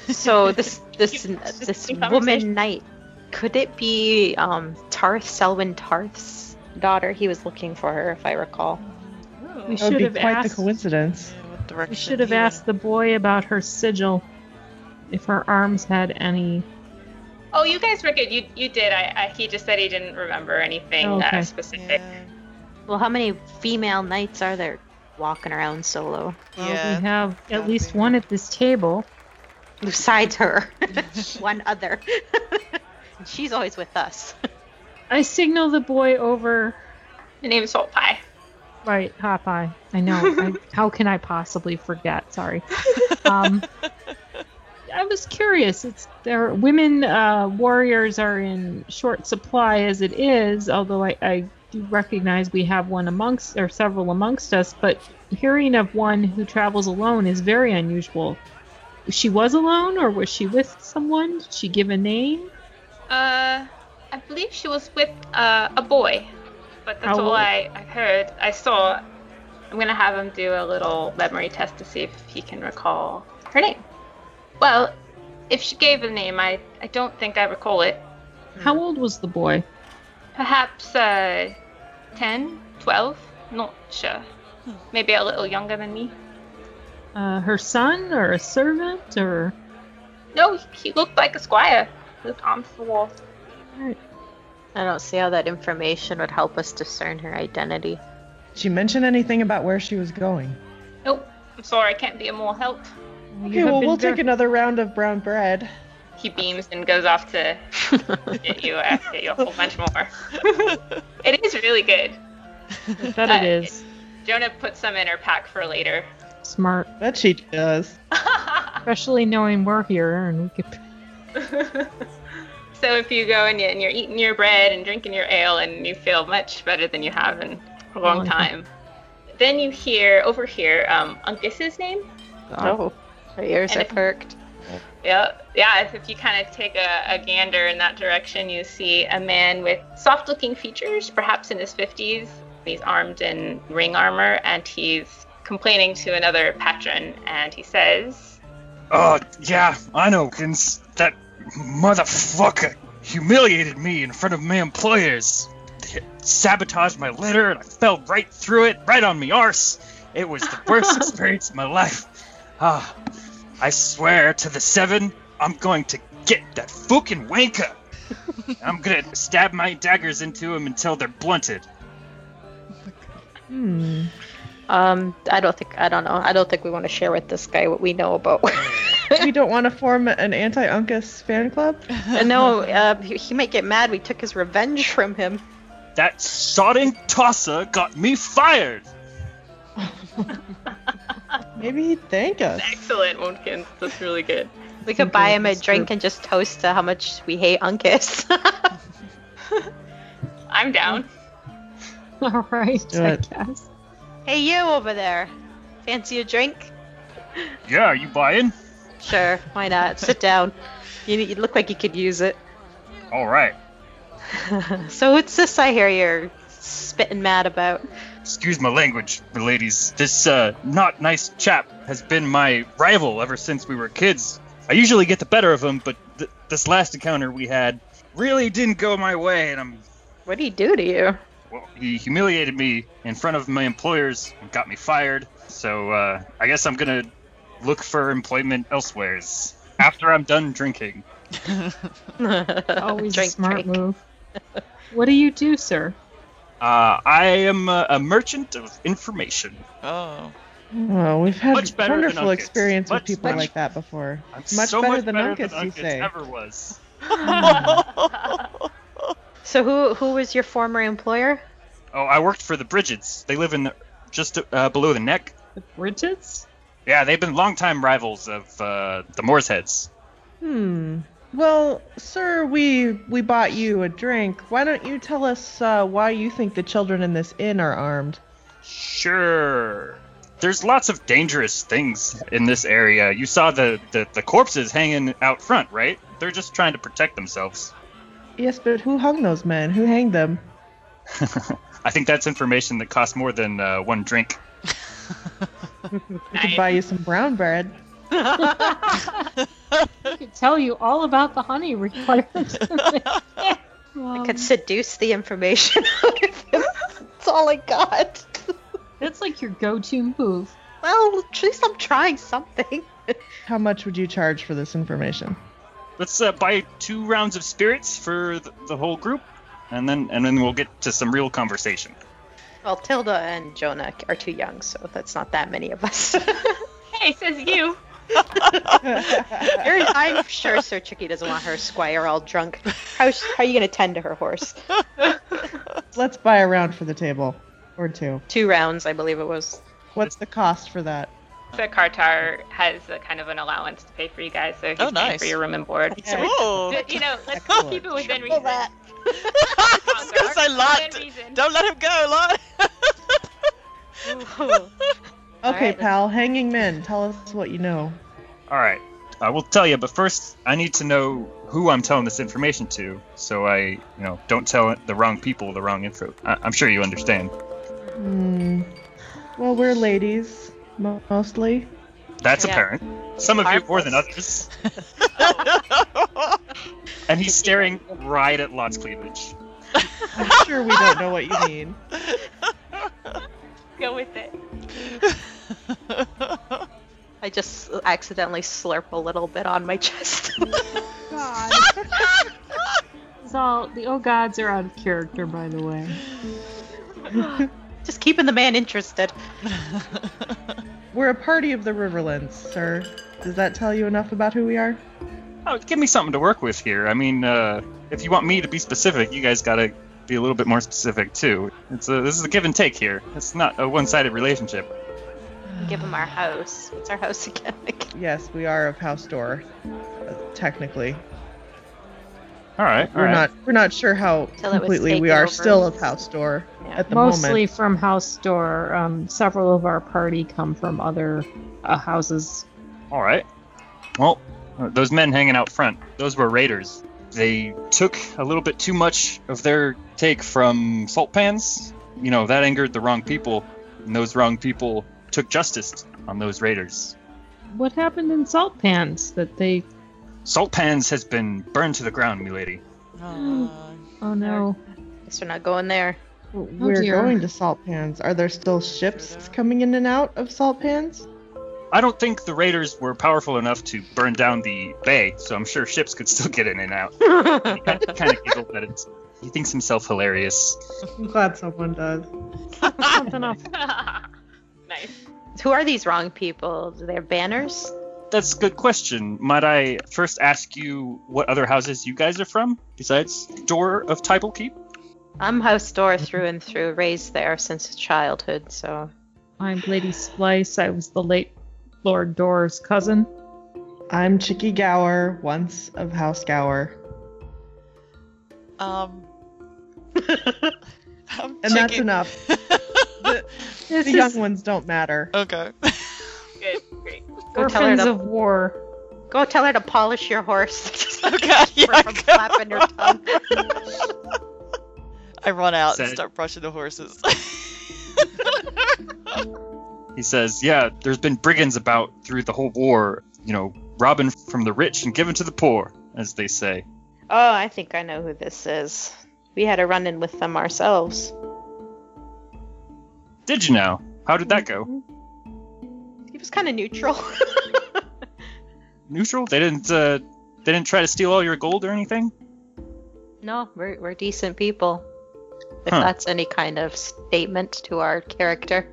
Speaker 3: So this this this
Speaker 7: Keep
Speaker 3: woman knight, could it be um, Tarth Selwyn Tarth's daughter? He was looking for her, if I recall.
Speaker 5: We
Speaker 4: That would
Speaker 5: should
Speaker 4: be
Speaker 5: have
Speaker 4: quite the
Speaker 5: asked.
Speaker 4: coincidence.
Speaker 9: Yeah, what
Speaker 5: We
Speaker 9: direction
Speaker 5: should have
Speaker 9: he went.
Speaker 5: asked the boy about her sigil. If her arms had any.
Speaker 7: Oh, you guys were good. You, you did. I, I, he just said he didn't remember anything
Speaker 5: Oh, okay.
Speaker 7: uh,
Speaker 4: Eh,
Speaker 7: specific.
Speaker 9: Yeah.
Speaker 3: Well, how many female knights are there walking around solo
Speaker 5: Well,
Speaker 9: yeah.
Speaker 5: we have at
Speaker 9: that'd
Speaker 5: least
Speaker 9: be-
Speaker 5: one at this table.
Speaker 3: besides her? One other. And She's always with us.
Speaker 5: I signal the boy over.
Speaker 7: The name is Salt Pie.
Speaker 5: Right, Popeye. I know. I, how can I possibly forget? Sorry. Um, I was curious. It's there. Women uh, warriors are in short supply as it is. Although I, I do recognize we have one amongst or several amongst us, but hearing of one who travels alone is very unusual. She was alone, or was she with someone? Did she give a name?
Speaker 7: Uh, I believe she was with uh, a boy, but that's
Speaker 5: Oh.
Speaker 7: all I, I heard. I saw. I'm gonna have him do a little memory test to see if he can recall her name. Well, if she gave a name, I, I don't think I recall it.
Speaker 4: Hmm.
Speaker 5: How old was the boy?
Speaker 7: Perhaps uh, 10, 12? Not sure. Maybe a little younger than me.
Speaker 5: Uh, her son, or a servant, or
Speaker 7: No, he- he looked like a squire with arms for war.
Speaker 3: I don't see how that information would help us discern her identity.
Speaker 4: Did she mention anything about where she was going?
Speaker 7: Nope, I'm sorry, I can't be of more help.
Speaker 5: You
Speaker 4: Okay,
Speaker 5: have
Speaker 4: well,
Speaker 5: been
Speaker 4: we'll
Speaker 5: ver-
Speaker 4: take another round of brown bread.
Speaker 7: He beams and goes off to get you, uh, get you a whole bunch more. it is really good.
Speaker 5: I bet it
Speaker 7: Uh,
Speaker 5: is.
Speaker 7: Jonah put some in her pack for later.
Speaker 5: Smart.
Speaker 4: Bet she does.
Speaker 5: Especially knowing we're here and we could.
Speaker 7: so if you go and, you, and you're eating your bread and drinking your ale and you feel much better than you have in a long
Speaker 5: Mhm.
Speaker 7: time, then you hear over here um, Uncus's name.
Speaker 3: Oh, her ears
Speaker 7: And
Speaker 3: are
Speaker 7: if-
Speaker 3: perked.
Speaker 7: Yeah, yeah. if- If you kind of take a, a gander in that direction, you see a man with soft-looking features, perhaps in his fifties. He's armed in ring armor, and he's complaining to another patron, and he says,
Speaker 8: Oh, yeah, I know, Kins. That motherfucker humiliated me in front of my employers. They sabotaged my litter, and I fell right through it, right on me arse. It was the worst experience of my life. Ah, I swear to the seven, I'm going to get that fucking wanker. I'm gonna stab my daggers into him until they're blunted.
Speaker 5: Hmm.
Speaker 3: Um, I don't think I don't know. I don't think we want to share with this guy what we know about.
Speaker 4: we don't want to form an anti-Uncas fan club.
Speaker 3: no, uh, he, he might get mad. We took his revenge from him.
Speaker 8: That sodding tosser got me fired.
Speaker 4: Maybe he'd thank us.
Speaker 7: "Excellent, Monkins. That's really good."
Speaker 3: We could buy him a drink and just toast to how much we hate Uncas.
Speaker 7: I'm down.
Speaker 5: All right,
Speaker 4: do
Speaker 5: I
Speaker 4: it.
Speaker 5: guess.
Speaker 3: hey, you over there, fancy a drink?
Speaker 8: Yeah, are you buying?
Speaker 3: Sure, why not? Sit down. You, you look like you could use it.
Speaker 8: All right.
Speaker 3: So what's this I hear you're spitting mad about?
Speaker 8: excuse my language, ladies. This uh, not nice chap has been my rival ever since we were kids. I usually get the better of him, but th- this last encounter we had really didn't go my way, and I'm
Speaker 3: What did he do to you?
Speaker 8: well, he humiliated me in front of my employers and got me fired. So uh, I guess I'm gonna look for employment elsewheres after I'm done drinking.
Speaker 5: Always
Speaker 3: Drink,
Speaker 5: a smart
Speaker 3: drink.
Speaker 5: move. What do you do, sir?
Speaker 8: Uh, I am a, a merchant of information.
Speaker 9: Oh.
Speaker 4: Oh, we've had
Speaker 8: Much better than
Speaker 4: wonderful
Speaker 8: Uncas.
Speaker 4: experience
Speaker 8: Much-
Speaker 4: with people
Speaker 8: much-
Speaker 4: like that before.
Speaker 8: I'm
Speaker 4: Much
Speaker 8: so
Speaker 4: better
Speaker 8: much
Speaker 4: than
Speaker 8: better
Speaker 4: Uncas,
Speaker 8: than
Speaker 4: you
Speaker 8: Uncas
Speaker 4: say.
Speaker 8: ever was.
Speaker 3: So who who was your former employer?
Speaker 8: Oh, I worked for the Bridgets. They live in the, just uh, below the neck.
Speaker 5: The Bridgets?
Speaker 8: Yeah, they've been longtime rivals of uh, the Moorsheads.
Speaker 4: Hmm. Well, sir, we we bought you a drink. Why don't you tell us uh, why you think the children in this inn are armed?
Speaker 8: Sure. There's lots of dangerous things in this area. You saw the, the, the corpses hanging out front, right? They're just trying to protect themselves.
Speaker 4: Yes, but who hung those men? Who hanged them?
Speaker 8: I think that's information that costs more than uh, one drink.
Speaker 4: We could buy you some brown bread.
Speaker 5: I could tell you all about the honey requirement.
Speaker 3: I
Speaker 5: Um,
Speaker 3: could seduce the information out of him. That's all I got.
Speaker 5: That's like your go-to move.
Speaker 3: Well, at least I'm trying something.
Speaker 4: How much would you charge for this information?
Speaker 8: Let's uh, buy two rounds of spirits for the, the whole group, and then and then we'll get to some real conversation.
Speaker 3: Well, Tilda and Jonah are too young, so that's not that many of us.
Speaker 7: Hey, says you.
Speaker 3: You're- I'm sure Sir Chicky doesn't want her squire all drunk. How, is- how are you going to tend to her horse?
Speaker 4: Let's buy a round for the table, or two.
Speaker 3: Two rounds, I believe it was.
Speaker 4: What's the cost for that?
Speaker 7: The Cartar has a kind of an allowance to pay for you guys, so he's
Speaker 9: Oh,
Speaker 7: paying
Speaker 9: nice.
Speaker 7: for your room and board.
Speaker 4: Okay.
Speaker 3: Oh.
Speaker 9: Ooh.
Speaker 7: But, you know, let's
Speaker 4: Excellent.
Speaker 7: keep it within
Speaker 3: Triple
Speaker 7: reason.
Speaker 3: that.
Speaker 9: I was gonna say
Speaker 7: Within
Speaker 9: lot.
Speaker 7: reason.
Speaker 9: Don't let him go, lot.
Speaker 4: Okay,
Speaker 3: right.
Speaker 4: pal, hanging men. Tell us what you know.
Speaker 8: All right, I will tell you, but first I need to know who I'm telling this information to, so I you know don't tell the wrong people the wrong info. I, I'm sure you understand.
Speaker 4: Hmm. Well, we're ladies mo- mostly.
Speaker 8: That's
Speaker 3: Yeah.
Speaker 8: apparent. Some of you more than others. and he's staring right at Lot's cleavage.
Speaker 4: I'm sure we don't know what you mean.
Speaker 7: Go with it.
Speaker 3: I just accidentally slurp a little bit on my chest.
Speaker 5: It's all the oh gods are out of character, by the way.
Speaker 3: just keeping the man interested.
Speaker 4: We're a party of the Riverlands, sir. Does that tell you enough about who we are?
Speaker 8: Oh, give me something to work with here. I mean, uh, if you want me to be specific, you guys gotta be a little bit more specific too. It's a, this is a give and take here. It's not a one-sided relationship.
Speaker 7: Give him our house.
Speaker 3: House. What's our house again?
Speaker 4: Yes, we are of House Door, uh, technically.
Speaker 8: All right, all
Speaker 4: we're
Speaker 8: right.
Speaker 4: not we're not sure how
Speaker 3: Till it was
Speaker 4: completely we
Speaker 3: taken
Speaker 4: are
Speaker 3: over.
Speaker 4: still of House Door
Speaker 3: Yeah.
Speaker 4: at the
Speaker 5: Mostly
Speaker 4: moment.
Speaker 5: from house door. Um, several of our party come from other uh, houses.
Speaker 8: All right. Well, uh, those men hanging out front, those were raiders. They took a little bit too much of their take from salt pans. You know, that angered the wrong people, and those wrong people took justice on those raiders.
Speaker 5: What happened in salt pans that they?
Speaker 8: Salt pans has been burned to the ground, milady.
Speaker 9: Aw.
Speaker 5: Oh no,
Speaker 3: Guess we're not going there.
Speaker 4: We're going to Salt Pans. Are there still ships coming in and out of Salt Pans?
Speaker 8: I don't think the raiders were powerful enough to burn down the bay, so I'm sure ships could still get in and out. he kind of giggled at it. He thinks himself hilarious.
Speaker 4: I'm glad someone does.
Speaker 5: something off.
Speaker 7: nice.
Speaker 3: Who are these wrong people? Do they have banners?
Speaker 8: That's a good question. Might I first ask you what other houses you guys are from besides Door of Tybal Keep?
Speaker 3: I'm house door through and through, raised there since childhood, so
Speaker 5: I'm Lady Splice. I was the late Lord Door's cousin.
Speaker 4: I'm Chicky Gower, once of House Gower.
Speaker 9: um. I'm
Speaker 4: And that's
Speaker 9: checking-
Speaker 4: enough. The,
Speaker 5: This
Speaker 4: the
Speaker 5: is
Speaker 4: young ones don't matter.
Speaker 9: okay.
Speaker 7: Good. Great.
Speaker 3: Go tell her
Speaker 5: orphans
Speaker 3: to-
Speaker 5: of war.
Speaker 3: go tell her to polish your horse.
Speaker 9: Oh god, yeah.
Speaker 3: from
Speaker 9: go.
Speaker 3: flapping her tongue.
Speaker 9: I run out
Speaker 8: Said-
Speaker 9: and start brushing the horses.
Speaker 8: He says, Yeah, there's been brigands about through the whole war, you know, robbing from the rich and giving to the poor, as they say.
Speaker 3: Oh, I think I know who this is. We had a run in with them ourselves.
Speaker 8: Did you now? How did that go?
Speaker 3: He was kind of neutral.
Speaker 8: Neutral? They didn't uh, they didn't try to steal all your gold or anything?
Speaker 3: no, we're, we're decent people. If
Speaker 8: Huh.
Speaker 3: that's any kind of statement to our character.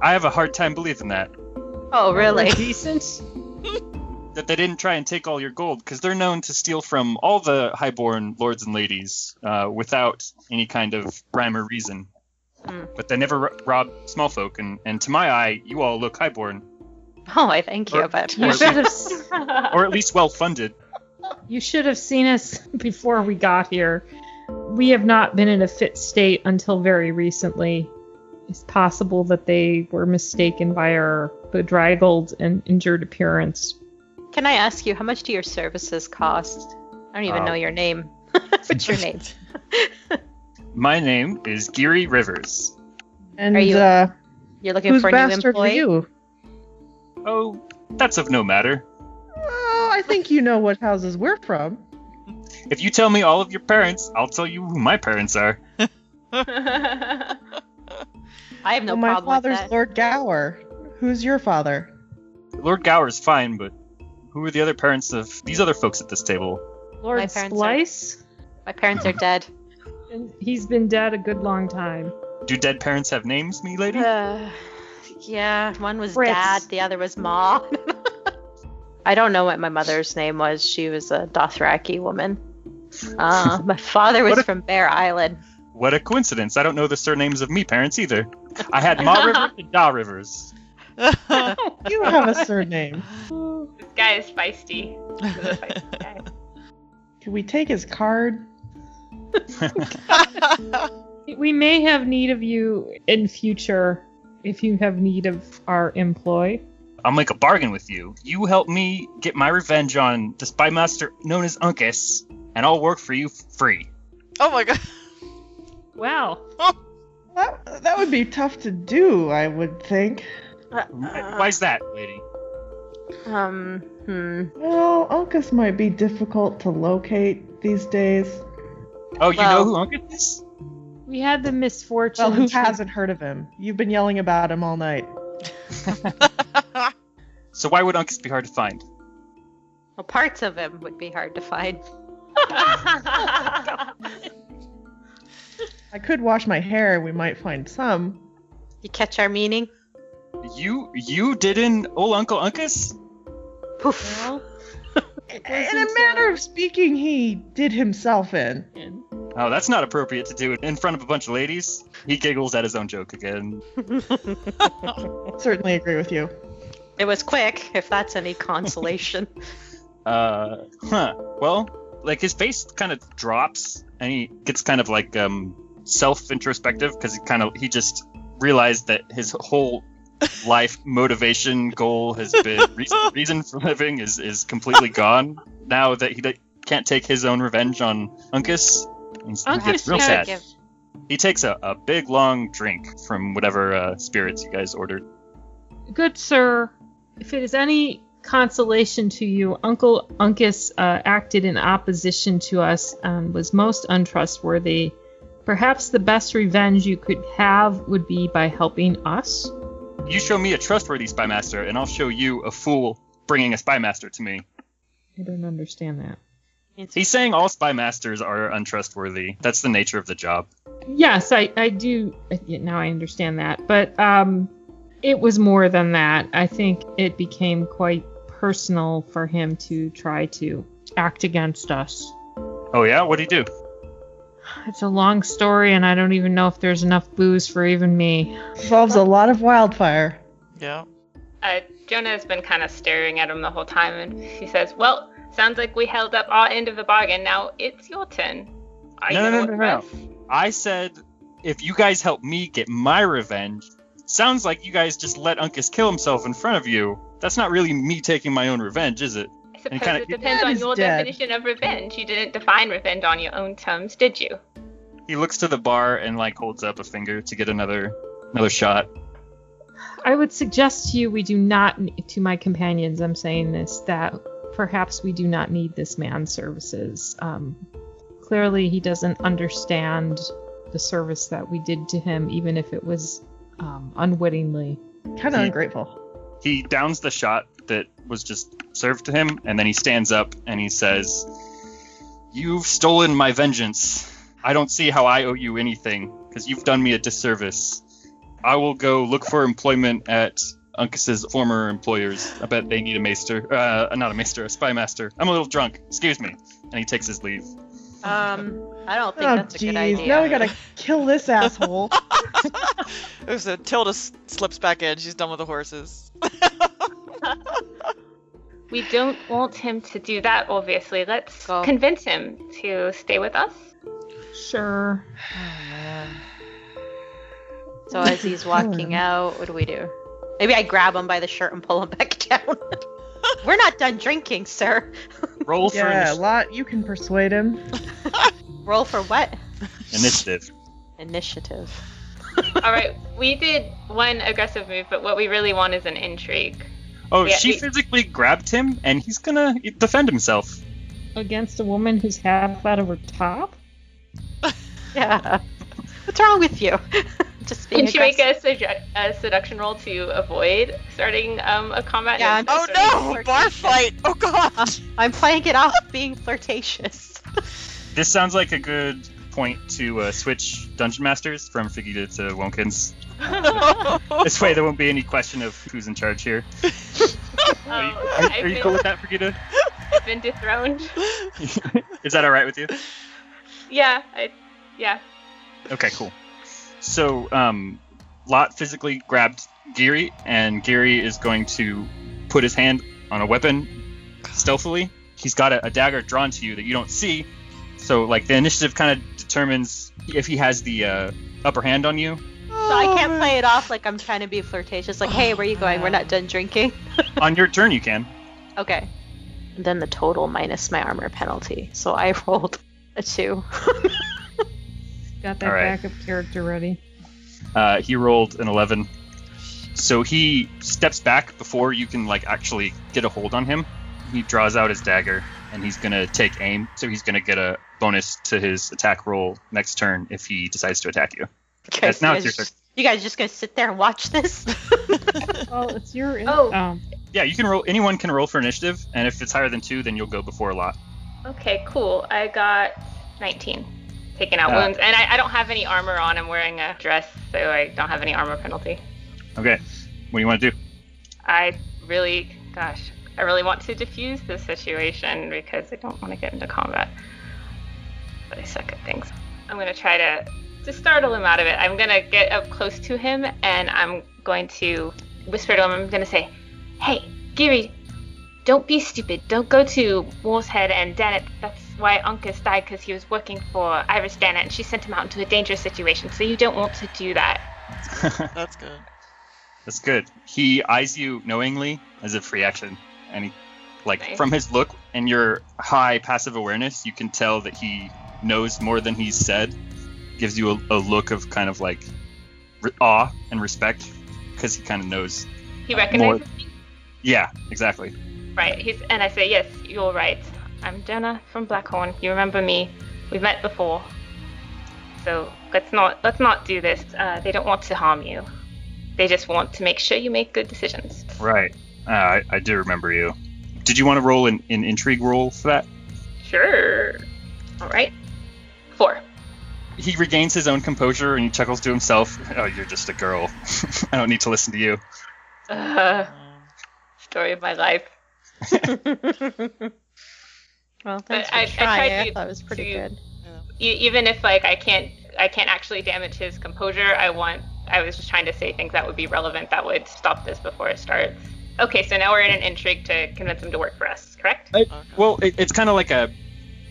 Speaker 8: I have a hard time believing that.
Speaker 3: Oh, really?
Speaker 11: Decent.
Speaker 8: That they didn't try and take all your gold, because they're known to steal from all the highborn lords and ladies uh, without any kind of rhyme or reason.
Speaker 3: Hmm.
Speaker 8: But they never ro- rob small folk, and, and to my eye, you all look highborn,
Speaker 3: Oh, I thank you,
Speaker 8: Or-
Speaker 3: but
Speaker 5: You
Speaker 8: Or-
Speaker 5: should have s-
Speaker 8: or at least well funded.
Speaker 5: you should have seen us before we got here. We have not been in a fit state until very recently. It's possible that they were mistaken by our bedraggled and injured appearance.
Speaker 3: can I ask you how much do your services cost? I don't even
Speaker 4: Oh.
Speaker 8: Uh,
Speaker 3: know your name. What's your name?
Speaker 8: My name is Geary Rivers.
Speaker 4: And
Speaker 3: Are you
Speaker 4: uh,
Speaker 3: You're looking
Speaker 4: who's
Speaker 3: for a new
Speaker 4: bastard are
Speaker 3: employee.
Speaker 4: you?
Speaker 8: Oh, that's of no matter.
Speaker 4: Oh, I think you know what houses we're from.
Speaker 8: If you tell me all of your parents, I'll tell you who my parents are.
Speaker 3: I have no
Speaker 4: Well, Oh, my
Speaker 3: problem with
Speaker 4: father's
Speaker 3: that.
Speaker 4: Lord Gower. Who's your father?
Speaker 8: Lord Gower's fine, but who are the other parents of these other folks at this table?
Speaker 5: Lord
Speaker 3: My parents are-
Speaker 5: Splice,
Speaker 3: My parents are dead.
Speaker 5: and he's been dead a good long time.
Speaker 8: Do dead parents have names, me lady?
Speaker 3: Uh, yeah, one was
Speaker 5: Fritz.
Speaker 3: dad, the other was mom. I don't know what my mother's name was. She was a Dothraki woman. Uh, my father was
Speaker 8: What a-
Speaker 3: from Bear Island.
Speaker 8: What a coincidence. I don't know the surnames of me parents either. I had Ma Rivers and Da Rivers.
Speaker 4: You have a surname.
Speaker 7: This guy is feisty. This is a feisty guy.
Speaker 4: Can we take his card?
Speaker 5: We may have need of you in future if you have need of our employ.
Speaker 8: I'll make a bargain with you. You help me get my revenge on the spy master known as Uncas, and I'll work for you f- free.
Speaker 9: oh my god.
Speaker 5: Wow.
Speaker 4: That, that would be tough to do, I would think.
Speaker 3: Uh,
Speaker 8: Why's that, lady?
Speaker 3: um, hmm.
Speaker 4: Well, Uncas might be difficult to locate these days.
Speaker 8: Oh, you
Speaker 3: Well-
Speaker 8: know who Uncas is?
Speaker 5: We had the misfortune.
Speaker 4: Well, who
Speaker 5: to-
Speaker 4: hasn't heard of him? You've been yelling about him all night.
Speaker 8: So why would Uncas be hard to find?
Speaker 3: Well, parts of him would be hard to find.
Speaker 4: I could wash my hair and we might find some.
Speaker 3: You catch our meaning?
Speaker 8: You you didn't old Uncle Uncas?
Speaker 3: Poof.
Speaker 4: In a manner of speaking, he did himself in.
Speaker 8: Oh, that's not appropriate to do it in front of a bunch of ladies. He giggles at his own joke again.
Speaker 4: Certainly agree with you.
Speaker 3: It was quick, if that's any consolation.
Speaker 8: Uh, huh. Well, like his face kind of drops, and he gets kind of like um self-introspective because he kind of he just realized that his whole life motivation goal has been reason, reason for living is is completely gone now that he d- can't take his own revenge on Uncas. He's- He
Speaker 5: Uncas
Speaker 8: gets real sad.
Speaker 5: can't
Speaker 3: give-
Speaker 8: He takes a, a big long drink from whatever uh, spirits you guys ordered.
Speaker 5: Good sir, if it is any consolation to you, Uncle Uncas uh, acted in opposition to us and was most untrustworthy. Perhaps the best revenge you could have would be by helping us.
Speaker 8: You show me a trustworthy spy master, and I'll show you a fool bringing a spy master to me.
Speaker 5: I don't understand that.
Speaker 8: He's saying all spy masters are untrustworthy. That's the nature of the job.
Speaker 5: Yes, I, I do. uh, yeah, Now I understand that. But um, it was more than that. I think it became quite personal for him to try to act against us.
Speaker 8: Oh yeah, what do you do?
Speaker 5: It's a long story, and I don't even know if there's enough booze for even me.
Speaker 4: Involves a lot of wildfire.
Speaker 9: yeah.
Speaker 7: Uh, Jonah has been kind of staring at him the whole time, and he says, "Well, sounds like we held up our end of the bargain. Now it's your turn." Are
Speaker 8: No,
Speaker 7: you
Speaker 8: no, no,
Speaker 7: up
Speaker 8: no,
Speaker 7: for
Speaker 8: no.
Speaker 7: us?
Speaker 8: I said, if you guys help me get my revenge, sounds like you guys just let Uncas kill himself in front of you. That's not really me taking my own revenge, is it?
Speaker 7: I suppose
Speaker 8: kinda-
Speaker 7: it depends
Speaker 4: Dad
Speaker 7: on
Speaker 4: is
Speaker 7: your
Speaker 4: dead.
Speaker 7: definition of revenge. You didn't define revenge on your own terms, did you?
Speaker 8: He looks to the bar and like holds up a finger to get another another shot.
Speaker 5: I would suggest to you we do not, ne- to my companions, I'm saying this, that perhaps we do not need this man's services. Um, clearly, he doesn't understand the service that we did to him, even if it was um, unwittingly.
Speaker 4: Kind of ungrateful.
Speaker 8: He downs the shot that was just served to him, and then he stands up and he says, You've stolen my vengeance. I don't see how I owe you anything, because you've done me a disservice. I will go look for employment at Uncas's former employers. I bet they need a maester. Uh, not a maester, a spy master. I'm a little drunk. Excuse me. And he takes his leave.
Speaker 3: Um, I don't think
Speaker 4: Oh,
Speaker 3: that's a
Speaker 4: jeez.
Speaker 3: good idea.
Speaker 4: Now we gotta kill this asshole.
Speaker 9: So Tilda s- slips back in. She's done with the horses.
Speaker 7: We don't want him to do that, obviously. Let's
Speaker 3: Go.
Speaker 7: convince him to stay with us.
Speaker 5: Sure.
Speaker 3: So as he's
Speaker 7: Hmm.
Speaker 3: walking out, what do we do? Maybe I grab him by the shirt and pull him back down. We're not done drinking, sir.
Speaker 8: Roll for
Speaker 4: yeah,
Speaker 8: initi-
Speaker 4: lot. You can persuade him.
Speaker 3: Roll for what?
Speaker 8: initiative.
Speaker 3: Initiative.
Speaker 7: All right, we did one aggressive move, but what we really want is an intrigue.
Speaker 8: Oh,
Speaker 7: Yeah,
Speaker 8: she
Speaker 7: it-
Speaker 8: physically grabbed him, and he's gonna defend himself.
Speaker 5: Against a woman who's half out of her top?
Speaker 3: Yeah. What's wrong with you? Just being
Speaker 7: Can she make
Speaker 3: aggressive.
Speaker 7: a, suge- a seduction roll to avoid starting um, a combat?
Speaker 3: Yeah,
Speaker 7: No,
Speaker 9: Oh
Speaker 3: Sort of
Speaker 9: no! Bar fight! Oh god!
Speaker 3: I'm playing it off being flirtatious.
Speaker 8: This sounds like a good point to uh, switch dungeon masters from Figita to Wonkins. This way, there won't be any question of who's in charge here.
Speaker 7: um,
Speaker 8: Are you,
Speaker 7: I've
Speaker 8: are, are you
Speaker 7: been-
Speaker 8: cool with that, Figita?
Speaker 7: I've been dethroned.
Speaker 8: Is that all right with you?
Speaker 7: Yeah, I, yeah.
Speaker 8: Okay, cool. So, um, Lot physically grabbed Geary, and Geary is going to put his hand on a weapon stealthily. He's got a, a dagger drawn to you that you don't see. So, like, the initiative kind of determines if he has the uh, upper hand on you.
Speaker 3: So I can't play it off like I'm trying to be flirtatious. Like, hey, where are you going? We're not done drinking.
Speaker 8: on your turn, you can.
Speaker 3: Okay. And then the total minus my armor penalty. So I rolled a two.
Speaker 5: Got that
Speaker 8: All right.
Speaker 5: backup character ready.
Speaker 8: Uh, he rolled an 11. So he steps back before you can like actually get a hold on him. He draws out his dagger and he's gonna take aim. So he's gonna get a bonus to his attack roll next turn if he decides to attack you.
Speaker 3: Okay,
Speaker 8: Yes,
Speaker 3: so
Speaker 8: now
Speaker 3: you
Speaker 8: it's
Speaker 3: guys
Speaker 8: your
Speaker 3: just- You guys just gonna sit there and watch this?
Speaker 5: Well, it's your.
Speaker 7: Oh.
Speaker 5: Um,
Speaker 8: Yeah, you can roll. Anyone can roll for initiative, and if it's higher than two, then you'll go before a lot.
Speaker 7: Okay, cool. I got 19 taking out
Speaker 8: Uh,
Speaker 7: wounds, and I, I don't have any armor on. I'm wearing a dress, so I don't have any armor penalty.
Speaker 8: Okay, what do you want to do?
Speaker 7: I really, gosh, I really want to defuse this situation because I don't want to get into combat. But I suck at things. I'm gonna try to to startle him out of it. I'm gonna get up close to him and I'm going to whisper to him. I'm gonna say, "Hey, Geary, don't be stupid. Don't go to Wolf's Head and Danet. That's why Uncas died because he was working for Iris Danet and she sent him out into a dangerous situation. So you don't want to do that."
Speaker 9: That's good.
Speaker 8: That's good. He eyes you knowingly as a free action, and he, like,
Speaker 7: Nice.
Speaker 8: from his look and your high passive awareness, you can tell that he knows more than he's said. Gives you a, a look of kind of like re- awe and respect because he kind of knows.
Speaker 7: He
Speaker 8: More-
Speaker 7: recognizes me.
Speaker 8: Yeah, exactly.
Speaker 7: Right. He's and I say, yes, you're right. I'm Jenna from Blackhorn. You remember me? We've met before. So let's not let's not do this. Uh, they don't want to harm you. They just want to make sure you make good decisions.
Speaker 8: Right. Uh, I, I do remember you. Did you want to roll an, an intrigue roll for that?
Speaker 7: Sure. All right. Four.
Speaker 8: He regains his own composure and he chuckles to himself. Oh, you're just a girl. I don't need to listen to you.
Speaker 7: Uh, story of my life.
Speaker 3: well,
Speaker 7: But
Speaker 3: thanks
Speaker 7: I- I
Speaker 3: for trying. I,
Speaker 7: tried to-
Speaker 3: thought it was pretty
Speaker 7: to-
Speaker 3: good.
Speaker 7: E- even if like I can't I can't actually damage his composure, I want I was just trying to say things that would be relevant that would stop this before it starts. Okay, so now we're in an intrigue to convince him to work for us, correct?
Speaker 9: Okay.
Speaker 8: Well, it, it's kind of like a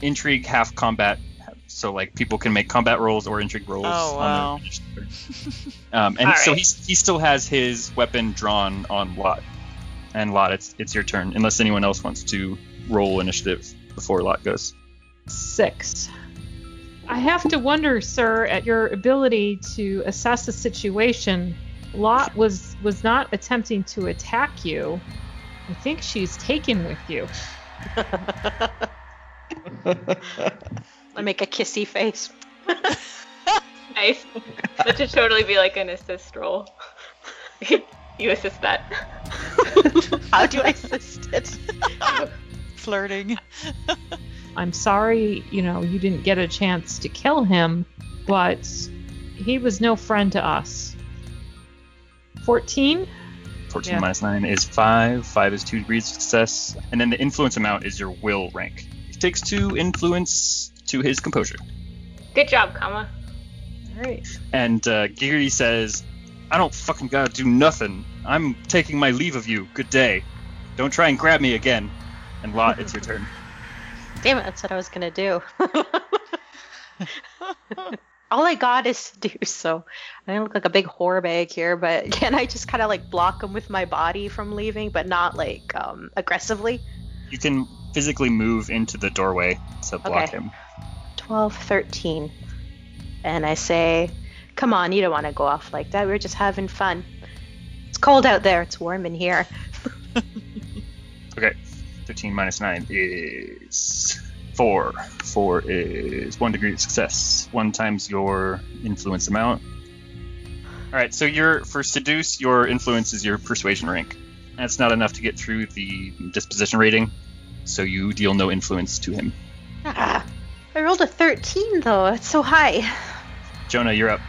Speaker 8: intrigue half combat, so like people can make combat rolls or intrigue rolls.
Speaker 9: Oh, wow.
Speaker 8: On their initiative. um, and
Speaker 7: All
Speaker 8: so
Speaker 7: right.
Speaker 8: he he still has his weapon drawn on Lot, and Lot, it's it's your turn unless anyone else wants to roll initiative before Lot goes.
Speaker 5: Six. I have to wonder, sir, at your ability to assess a situation Lot was was not attempting to attack you. I think she's taken with you.
Speaker 3: I make a kissy face.
Speaker 7: Nice. That should totally be like an assist roll. you assist that.
Speaker 3: How do I assist it?
Speaker 9: Flirting.
Speaker 5: I'm sorry, you know, you didn't get a chance to kill him, but he was no friend to us. 14?
Speaker 8: 14
Speaker 5: Yeah.
Speaker 8: minus 9 is 5. 5 is 2 degrees of success. And then the influence amount is your will rank. He takes 2 influence to his composure.
Speaker 7: Good job, Kama.
Speaker 5: All right.
Speaker 8: And uh, Giggerty says, I don't fucking gotta do nothing. I'm taking my leave of you. Good day. Don't try and grab me again. And Lot, it's your turn.
Speaker 3: Damn it, that's what I was gonna do. All I got is seduce, so I don't look like a big whore bag here, but can I just kind of like block him with my body from leaving, but not like um, aggressively?
Speaker 8: You can physically move into the doorway to block
Speaker 3: Okay.
Speaker 8: him.
Speaker 3: 12, 13. And I say, Come on, you don't want to go off like that. We We're just having fun. It's cold out there, it's warm in here.
Speaker 8: 13 minus 9 is 4. 4 is 1 degree of success. 1 times your influence amount. Alright, so your for seduce, your influence is your persuasion rank. That's not enough to get through the disposition rating, so you deal no influence to him.
Speaker 3: Ah, I rolled a 13 though, that's so high.
Speaker 8: Jonah, you're up.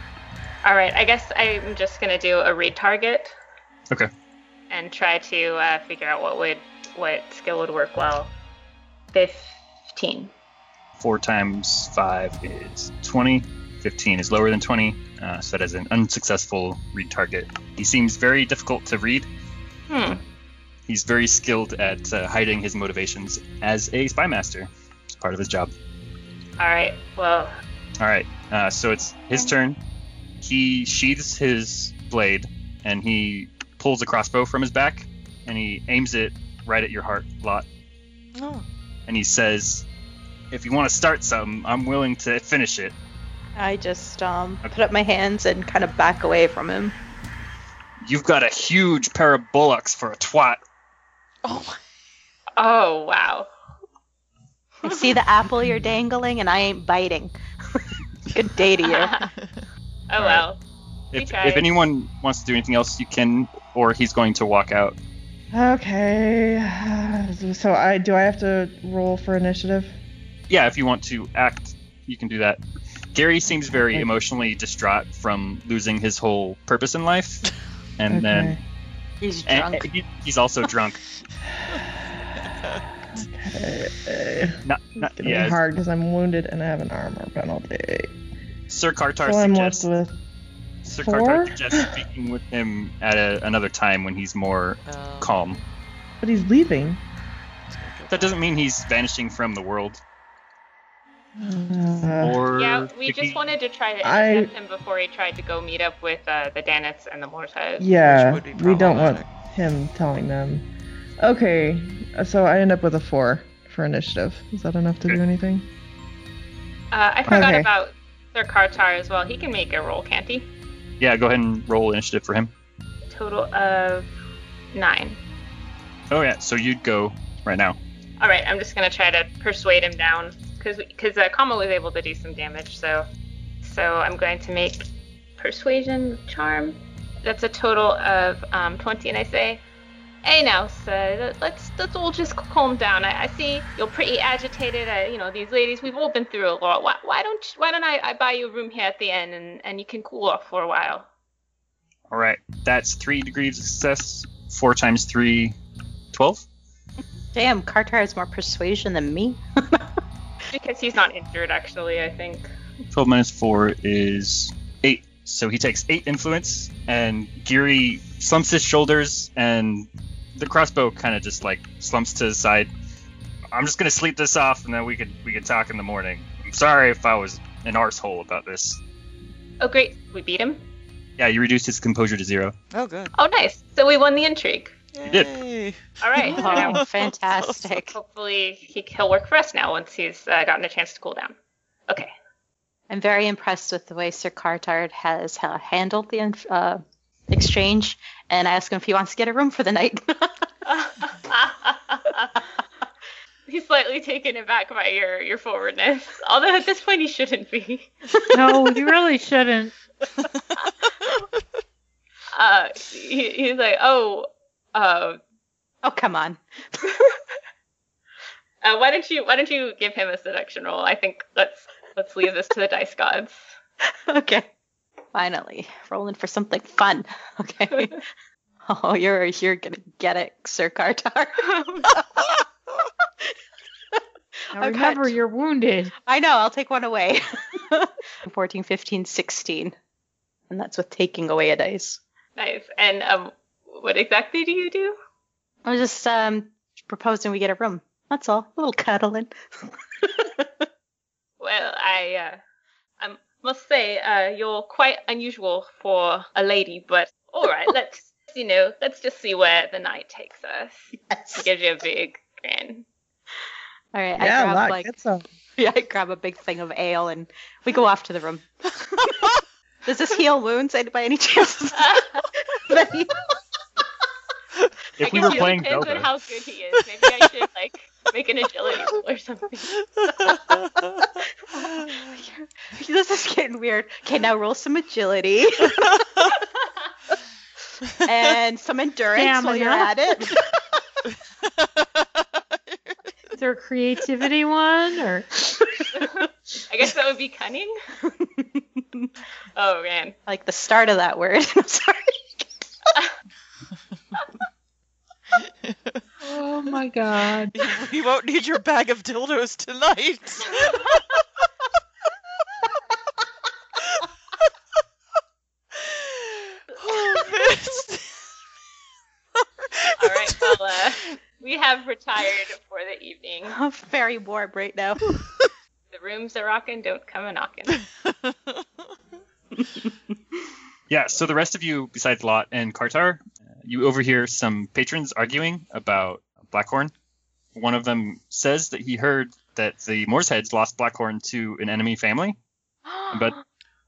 Speaker 7: All right. I guess I'm just gonna do a read target.
Speaker 8: Okay.
Speaker 7: And try to uh, figure out what would what skill would work well. Fifteen.
Speaker 8: 4 times 5 is 20. 15 is lower than 20, uh, so that is an unsuccessful read target. He seems very difficult to read.
Speaker 7: Hmm.
Speaker 8: He's very skilled at uh, hiding his motivations as a spy master. It's part of his job.
Speaker 7: All right. Well,
Speaker 8: All right, uh, so it's his turn. He sheathes his blade and he pulls a crossbow from his back and he aims it right at your heart, Lot.
Speaker 9: Oh,
Speaker 8: And he says, "If you want to start something, I'm willing to finish it."
Speaker 3: I just um, put up my hands and kind of back away from him.
Speaker 8: You've got a huge pair of bullocks for a twat.
Speaker 9: oh my.
Speaker 7: oh wow.
Speaker 3: I see the apple you're dangling and I ain't biting. Good day to you.
Speaker 7: oh
Speaker 8: All right.
Speaker 7: well.
Speaker 8: If,
Speaker 7: Okay.
Speaker 8: if anyone wants to do anything else, you can, or he's going to walk out.
Speaker 4: Okay. So I do I have to roll for initiative?
Speaker 8: yeah, if you want to act, you can do that. Gary seems very emotionally distraught from losing his whole purpose in life, and then
Speaker 3: He's
Speaker 8: and- and he- he's also drunk.
Speaker 4: Okay.
Speaker 8: Not,
Speaker 4: It's
Speaker 8: not
Speaker 4: gonna
Speaker 8: yeah.
Speaker 4: be hard because Uh, I'm wounded and I have an armor penalty.
Speaker 8: Sir Kartar
Speaker 4: so I'm
Speaker 8: suggests
Speaker 4: left with
Speaker 8: Sir
Speaker 4: four?
Speaker 8: Kartar suggests speaking with him at a, another time when he's more
Speaker 9: Um,
Speaker 8: calm.
Speaker 4: but he's leaving.
Speaker 8: That doesn't mean he's vanishing from the world.
Speaker 4: Uh,
Speaker 8: Or
Speaker 7: Yeah, we
Speaker 8: could
Speaker 7: just
Speaker 8: he-
Speaker 7: wanted to try to
Speaker 4: I-
Speaker 7: intercept him before he tried to go meet up with uh, the Danets and the Mortez.
Speaker 4: yeah,
Speaker 9: Which would be
Speaker 4: we don't want
Speaker 9: problematic.
Speaker 4: him telling them. Okay, uh, so I end up with a four for initiative. Is that enough to do anything?
Speaker 7: Uh, I forgot
Speaker 4: Okay.
Speaker 7: about Sir Kartar as well. He can make a roll, can't he?
Speaker 8: yeah, go ahead and roll initiative for him.
Speaker 7: Total of nine.
Speaker 8: Oh yeah, so you'd go right now.
Speaker 7: All right, I'm just gonna try to persuade him down because because uh, Kama was able to do some damage, so so I'm going to make persuasion charm. That's a total of um, 20, and I say, "Hey now, so let's let's all just calm down. I, I see you're pretty agitated. I, you know these ladies, we've all been through a lot. Why, why don't why don't I, I buy you a room here at the end and and you can cool off for a while."
Speaker 8: All right, that's three degrees of success. Four times three, twelve.
Speaker 3: Damn, Cartar has more persuasion than me.
Speaker 7: Because he's not injured, actually, I think.
Speaker 8: 12 minus 4 is 8. So he takes 8 influence, and Geary slumps his shoulders, and the crossbow kind of just like slumps to his side. I'm just gonna sleep this off, and then we could we could talk in the morning. I'm sorry if I was an arsehole about this.
Speaker 7: Oh, great, we beat him.
Speaker 8: Yeah, you reduced his composure to zero.
Speaker 9: Oh, good.
Speaker 7: Oh, nice. So we won the intrigue.
Speaker 9: You
Speaker 8: did.
Speaker 7: All right. so now
Speaker 3: Oh, fantastic.
Speaker 7: Hopefully, he, he'll work for us now once he's uh, gotten a chance to cool down. Okay.
Speaker 3: I'm very impressed with the way Sir Cartard has uh, handled the inf- uh, exchange, and I ask him if he wants to get a room for the night.
Speaker 7: He's slightly taken aback by your your forwardness. Although at this point he shouldn't be.
Speaker 5: No, you really shouldn't.
Speaker 7: Uh, he, he's like, oh, uh,
Speaker 3: oh come on.
Speaker 7: uh, why don't you why don't you give him a seduction roll? I think let's let's leave this to the dice gods.
Speaker 3: Okay. Finally, rolling for something fun. Okay. oh, you're you're gonna get it, Sir Kartar.
Speaker 5: Now
Speaker 3: I've
Speaker 5: remember,
Speaker 3: got-
Speaker 5: you're wounded.
Speaker 3: I know. I'll take one away. 14, 15, 16. And that's with taking away a dice.
Speaker 7: Nice. And um, what exactly do you do?
Speaker 3: I was just um, proposing we get a room. That's all. A little cuddling.
Speaker 7: Well, I uh, I must say uh, you're quite unusual for a lady, but all right, let's you know, let's just see where the night takes us. He
Speaker 3: Yes.
Speaker 7: gives you a big grin.
Speaker 3: All right. I
Speaker 4: yeah,
Speaker 3: grab,
Speaker 4: luck.
Speaker 3: like,
Speaker 4: That's a
Speaker 3: yeah, I grab a big thing of ale and we go off to the room. Does this heal wounds any- by any chance?
Speaker 7: I
Speaker 8: If we
Speaker 7: guess
Speaker 8: were
Speaker 7: it
Speaker 8: playing
Speaker 7: depends on
Speaker 8: Zelda,
Speaker 7: how good he is. Maybe I should like make an agility roll or something.
Speaker 3: this is getting weird. Okay, now roll some agility and some endurance while you're at
Speaker 5: Stamina.
Speaker 3: it.
Speaker 5: Is there a creativity one or
Speaker 7: I guess that would be cunning. oh man.
Speaker 3: I like the start of that word. I'm sorry.
Speaker 5: Oh my god.
Speaker 9: you won't need your bag of dildos tonight. oh, this.
Speaker 7: All right, well, uh, we have retired for the evening.
Speaker 8: Oh,
Speaker 3: I'm very warm right now.
Speaker 7: The rooms are rocking. Don't come a knocking.
Speaker 8: yeah. So the rest of you, besides Lot and Kartar, uh, you overhear some patrons arguing about Blackhorn. One of them says that he heard that the Moorsheads lost Blackhorn to an enemy family, but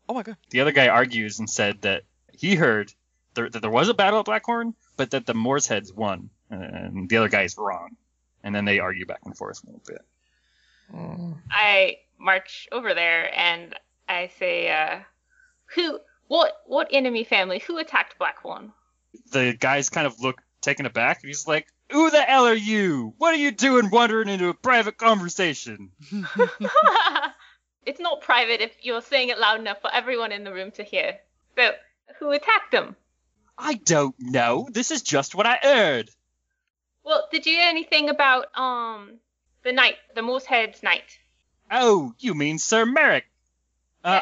Speaker 9: Oh my god.
Speaker 8: The other guy argues and said that he heard there, that there was a battle at Blackhorn, but that the Moors heads won, and the other guy is wrong. And then they argue back and forth a little bit.
Speaker 7: I march over there and I say, uh, "Who? What? What enemy family? Who attacked Blackhorn?"
Speaker 8: The guys kind of look taken aback, and he's like, "Who the hell are you? What are you doing wandering into a private conversation?"
Speaker 7: it's not private if you're saying it loud enough for everyone in the room to hear. So, who attacked them?
Speaker 8: I don't know. This is just what I heard.
Speaker 7: Well, did you hear anything about um the knight, the Moosehead's knight?
Speaker 8: Oh, you mean Sir Merrick? Uh,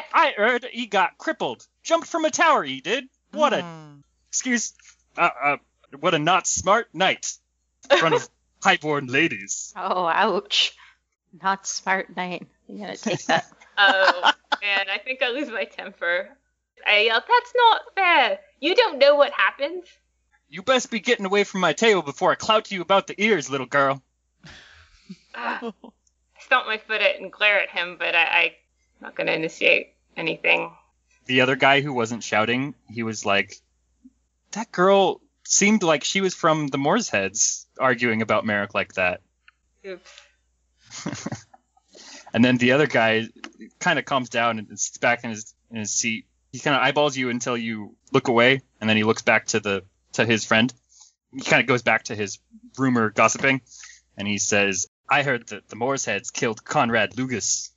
Speaker 7: Yeah.
Speaker 8: I heard he got crippled, jumped from a tower. He did. What a
Speaker 9: Mm.
Speaker 8: excuse uh, uh, what a not smart knight in front of highborn ladies
Speaker 3: Oh, ouch. Not smart night. You gotta take that.
Speaker 7: Oh man, I think I lose my temper. I yell, "That's not fair! You don't know what happens."
Speaker 8: you best be getting away from my table before i clout you about the ears little girl
Speaker 7: Ah, I stomp my foot at and glare at him, but I, I'm not gonna initiate anything.
Speaker 8: the other guy who wasn't shouting he was like that girl seemed like she was from the moors heads arguing about merrick like that
Speaker 7: Oops.
Speaker 8: and then the other guy kind of calms down and sits back in his in his seat he kind of eyeballs you until you look away and then he looks back to the to his friend he kind of goes back to his rumor gossiping and he says i heard that the Moors heads killed conrad lucas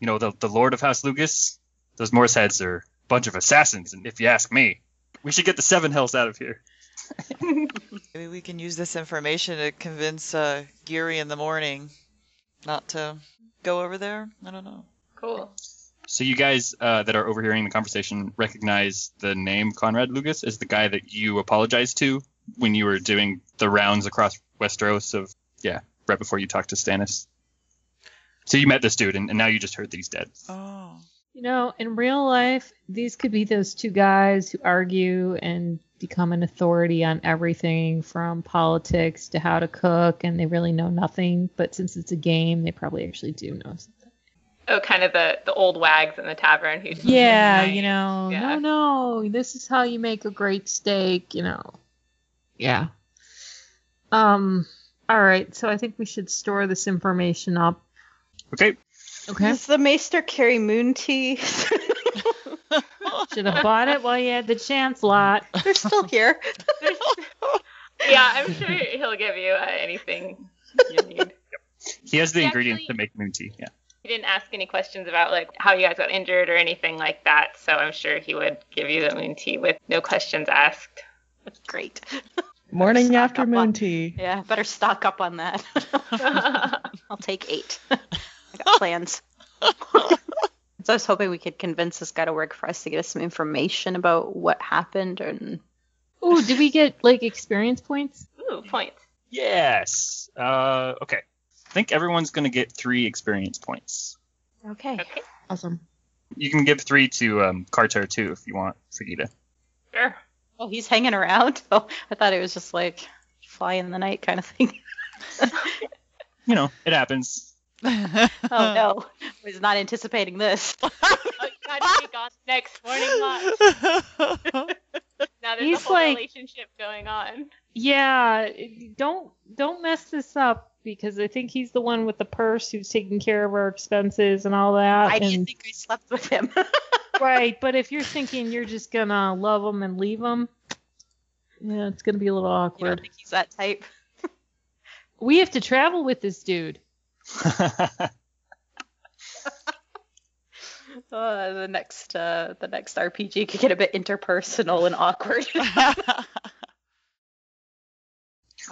Speaker 8: you know the, the lord of house lucas those Moors heads are a bunch of assassins and if you ask me we should get the seven hells out of here
Speaker 9: Maybe we can use this information to convince uh, Geary in the morning not to go over there. I don't know.
Speaker 7: Cool.
Speaker 8: so you guys uh, that are overhearing the conversation recognize the name conrad lucas as the guy that you apologized to when you were doing the rounds across westeros of yeah right before you talked to stannis so you met this dude and, and now you just heard that he's dead
Speaker 9: Oh.
Speaker 5: You know, in real life, these could be those two guys who argue and become an authority on everything from politics to how to cook, and they really know nothing. But since it's a game, they probably actually do know something.
Speaker 7: Oh, kind of the, the old wags in the tavern who.
Speaker 5: Yeah, you know,
Speaker 7: Yeah.
Speaker 5: no, no, this is how you make a great steak, you know. Yeah. Um. All right, so I think we should store this information up.
Speaker 8: Okay.
Speaker 5: Okay.
Speaker 3: Does the Maester carry moon tea?
Speaker 5: should have bought it while you had the chance, lot.
Speaker 3: They're still here.
Speaker 7: Yeah, I'm sure he'll give you uh, anything you need.
Speaker 8: He has the
Speaker 7: He
Speaker 8: ingredients
Speaker 7: actually-
Speaker 8: to make moon tea. Yeah.
Speaker 7: He didn't ask any questions about like how you guys got injured or anything like that, so I'm sure he would give you the moon tea with no questions asked.
Speaker 3: Great.
Speaker 4: Morning
Speaker 3: Stock
Speaker 4: after
Speaker 3: up
Speaker 4: moon
Speaker 3: on-
Speaker 4: tea.
Speaker 3: Yeah, better stock up on that. I'll take eight. I got plans. so I was hoping we could convince this guy to work for us to get us some information about what happened and
Speaker 5: Ooh, did we get like experience points?
Speaker 7: Ooh, points.
Speaker 8: Yes. Uh, okay. I think everyone's gonna get three experience points.
Speaker 3: okay.
Speaker 7: Okay,
Speaker 5: Awesome.
Speaker 8: You can give three to um, Carter too if you want, Frigida.
Speaker 7: sure.
Speaker 3: Oh, he's hanging around. Oh, I thought it was just like fly in the night kind of thing.
Speaker 8: You know, it happens.
Speaker 3: Oh no, I was not anticipating this.
Speaker 7: Oh, you gotta be gone next morning. Lot. Now there's
Speaker 5: He's
Speaker 7: a whole
Speaker 5: like-
Speaker 7: relationship going on.
Speaker 5: Yeah, don't don't mess this up because I think he's the one with the purse who's taking care of our expenses and all that.
Speaker 3: I didn't
Speaker 5: and-
Speaker 3: think I slept with him.
Speaker 5: right, but if you're thinking you're just gonna love him and leave him, yeah, it's gonna be a little
Speaker 3: you don't
Speaker 5: awkward.
Speaker 3: think he's that type?
Speaker 5: We have to travel with this dude.
Speaker 3: Uh, the next, uh, the next RPG could get a bit interpersonal and awkward. All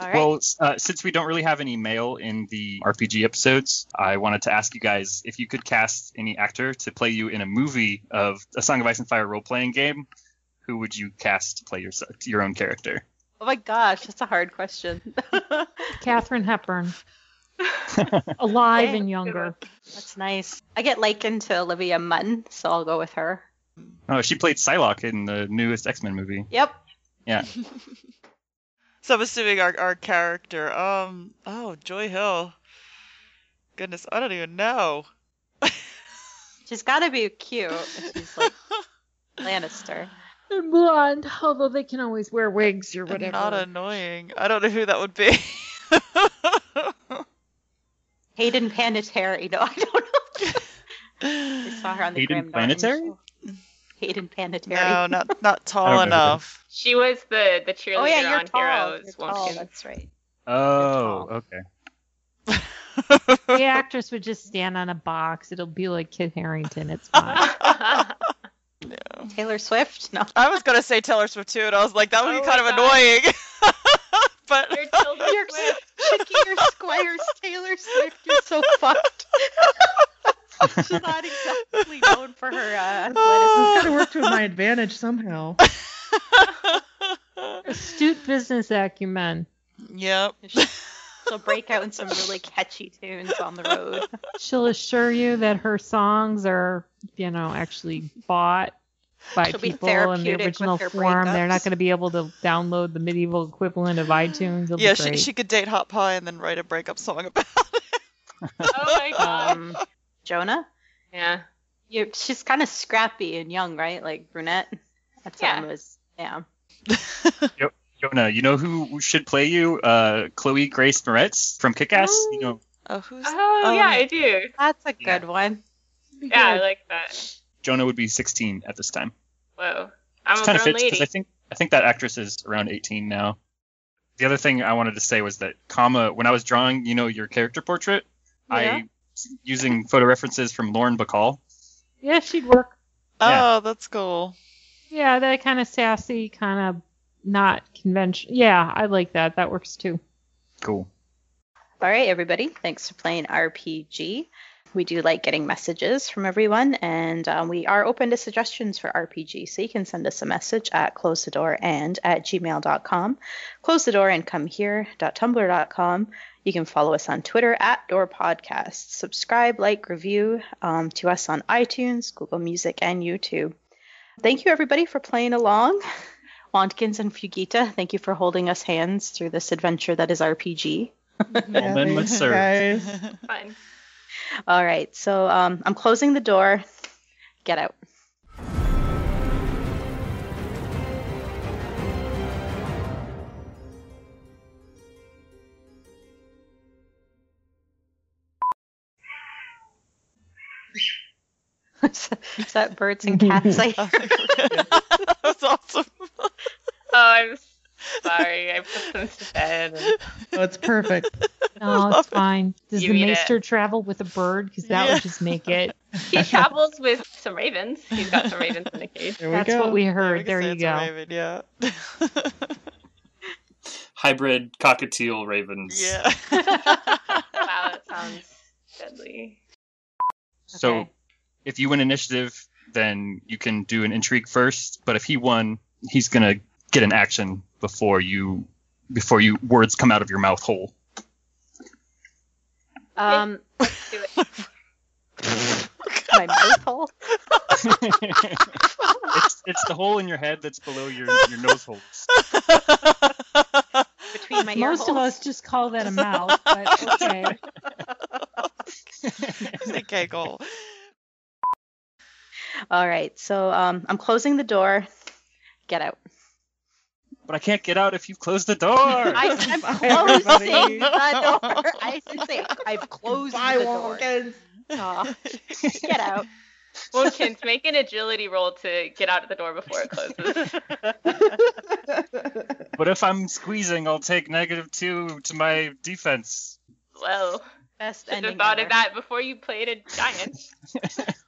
Speaker 3: right.
Speaker 8: Well, s- uh, since we don't really have any mail in the RPG episodes, I wanted to ask you guys if you could cast any actor to play you in a movie of a Song of Ice and Fire role-playing game. Who would you cast to play your your own character?
Speaker 3: oh my gosh, that's a hard question.
Speaker 5: Catherine Hepburn, alive
Speaker 3: Yeah.
Speaker 5: and younger.
Speaker 3: that's nice. I get likened to Olivia Munn, so I'll go with her.
Speaker 8: Oh, she played Psylocke in the newest X-Men movie.
Speaker 3: Yep.
Speaker 9: so I'm assuming our, our character, um, oh, Joy Hill. Goodness, I don't even know.
Speaker 3: She's got to be cute. if She's like Lannister.
Speaker 5: And blonde, although they can always wear wigs or
Speaker 9: And
Speaker 5: whatever.
Speaker 9: Not annoying. I don't know who that would be.
Speaker 3: Hayden Panettiere. No, I don't know. I saw her on the Graham
Speaker 8: Hayden
Speaker 3: Norton
Speaker 8: Panettiere?
Speaker 3: show. Hayden Panettiere.
Speaker 9: no, not not
Speaker 8: know
Speaker 9: tall
Speaker 8: who that
Speaker 9: enough.
Speaker 7: She was the the cheerleader
Speaker 3: oh yeah, you're
Speaker 7: on
Speaker 3: tall.
Speaker 7: Heroes.
Speaker 3: you're
Speaker 7: won't
Speaker 3: tall.
Speaker 7: she?
Speaker 3: That's right.
Speaker 8: Oh, okay.
Speaker 5: The actress would just stand on a box. It'll be like Kit Harrington. It's fine.
Speaker 3: Taylor Swift. No.
Speaker 9: I was gonna say Taylor Swift too, and I was like, that would
Speaker 7: Oh
Speaker 9: be kind
Speaker 7: my
Speaker 9: of
Speaker 7: God.
Speaker 9: annoying. but
Speaker 7: You're Tilda
Speaker 3: You're
Speaker 7: Swift.
Speaker 3: Shakir Squires Taylor Swift. You're so fucked. She's not exactly known for her uh, athleticism.
Speaker 9: Ah.
Speaker 4: It's gotta work to my advantage somehow.
Speaker 5: Astute business acumen.
Speaker 9: yep.
Speaker 3: She'll break out in some really catchy tunes on the road.
Speaker 5: She'll assure you that her songs are, you know, actually bought by
Speaker 3: She'll be
Speaker 5: people in the
Speaker 3: therapeutic with
Speaker 5: original
Speaker 3: her
Speaker 5: form. They're not
Speaker 3: breakups.
Speaker 5: going to be able to download the medieval equivalent of iTunes. It'll
Speaker 9: Yeah,
Speaker 5: be
Speaker 9: she,
Speaker 5: great.
Speaker 9: she could date Hot Pie and then write a breakup song about.
Speaker 7: Oh my god.
Speaker 3: Um, Jonah,
Speaker 7: Yeah.
Speaker 3: you she's kind of scrappy and young, right? Like brunette. That's
Speaker 7: Yeah.
Speaker 3: yeah. was. Yeah.
Speaker 8: Jonah, you know who should play you? Uh, Chloe Grace Moretz from Kick-Ass. You know,
Speaker 9: Oh, who's?
Speaker 7: Oh,
Speaker 9: Oh.
Speaker 7: yeah, I do.
Speaker 3: That's a
Speaker 8: Yeah.
Speaker 3: good one.
Speaker 7: Yeah, I like that.
Speaker 8: Jonah would be 16 at this time.
Speaker 7: Whoa. I'm
Speaker 8: It's
Speaker 7: a
Speaker 8: kind of
Speaker 7: grown
Speaker 8: fits because
Speaker 7: lady.
Speaker 8: I think I think that actress is around 18 now. The other thing I wanted to say was that comma when I was drawing, you know, your character portrait,
Speaker 3: Yeah.
Speaker 8: I was using photo references from Lauren Bacall.
Speaker 5: yeah, she'd work.
Speaker 8: Yeah.
Speaker 9: Oh, that's cool.
Speaker 5: Yeah, that kind of sassy, kind of not conventional. Yeah, I like that. That works too.
Speaker 8: Cool.
Speaker 3: All right, everybody. Thanks for playing RPG. We do like getting messages from everyone, and um, we are open to suggestions for RPG. So you can send us a message at close the door and at gmail.com, close the door and come here.tumblr.com. You can follow us on Twitter at Door Podcast. Subscribe, like, review um, to us on iTunes, Google Music, and YouTube. Thank you, everybody, for playing along. Wantkins and Fugita, thank you for holding us hands through this adventure that is RPG.
Speaker 8: Well, then
Speaker 4: Yeah,
Speaker 8: let's
Speaker 4: thanks,
Speaker 8: serve.
Speaker 4: guys.
Speaker 7: Fun.
Speaker 3: All right, so um, I'm closing the door. Get out. is that birds and cats? I
Speaker 9: Oh,
Speaker 3: hear?
Speaker 9: that was awesome.
Speaker 7: Oh, I'm sorry. I put them to bed. and-
Speaker 4: Oh, it's perfect.
Speaker 5: No, Oh, it's fine. Does
Speaker 7: You
Speaker 5: the
Speaker 7: eat it.
Speaker 5: maester travel with a bird? Because that
Speaker 9: Yeah.
Speaker 5: would just make it.
Speaker 7: He travels with some ravens. He's got some ravens in the cage.
Speaker 4: There we
Speaker 5: That's
Speaker 4: go.
Speaker 5: what we
Speaker 9: Yeah, we
Speaker 5: heard.
Speaker 9: can
Speaker 5: There
Speaker 9: say
Speaker 5: you
Speaker 9: it's
Speaker 5: go.
Speaker 9: a raven, yeah.
Speaker 1: Hybrid cockatiel ravens.
Speaker 9: yeah.
Speaker 7: Wow, that sounds deadly.
Speaker 8: So
Speaker 5: Okay.
Speaker 8: if you win initiative, then you can do an intrigue first. But if he won, he's gonna get an action before you before you words come out of your mouth hole.
Speaker 3: Um,
Speaker 7: Let's do it.
Speaker 3: my mouth hole.
Speaker 8: it's, it's the hole in your head that's below your, your nose holes.
Speaker 3: Between my ear
Speaker 5: Most of
Speaker 3: holes.
Speaker 5: us just call that a mouth, but okay.
Speaker 9: It's a giggle.
Speaker 3: All right, so um, I'm closing the door. Get out.
Speaker 8: But I can't get out if you close the door.
Speaker 3: I, I'm
Speaker 4: Bye,
Speaker 3: closing
Speaker 4: everybody.
Speaker 3: the door. I should say I've closed
Speaker 4: Bye,
Speaker 3: the door.
Speaker 4: Walkins.
Speaker 3: Aw, get out.
Speaker 7: Wilkins, make an agility roll to get out of the door before it closes.
Speaker 8: but if I'm squeezing, I'll take negative two to my defense.
Speaker 7: Well,
Speaker 3: Best
Speaker 7: should
Speaker 3: ending
Speaker 7: have thought
Speaker 3: ever.
Speaker 7: of that before you played a giant.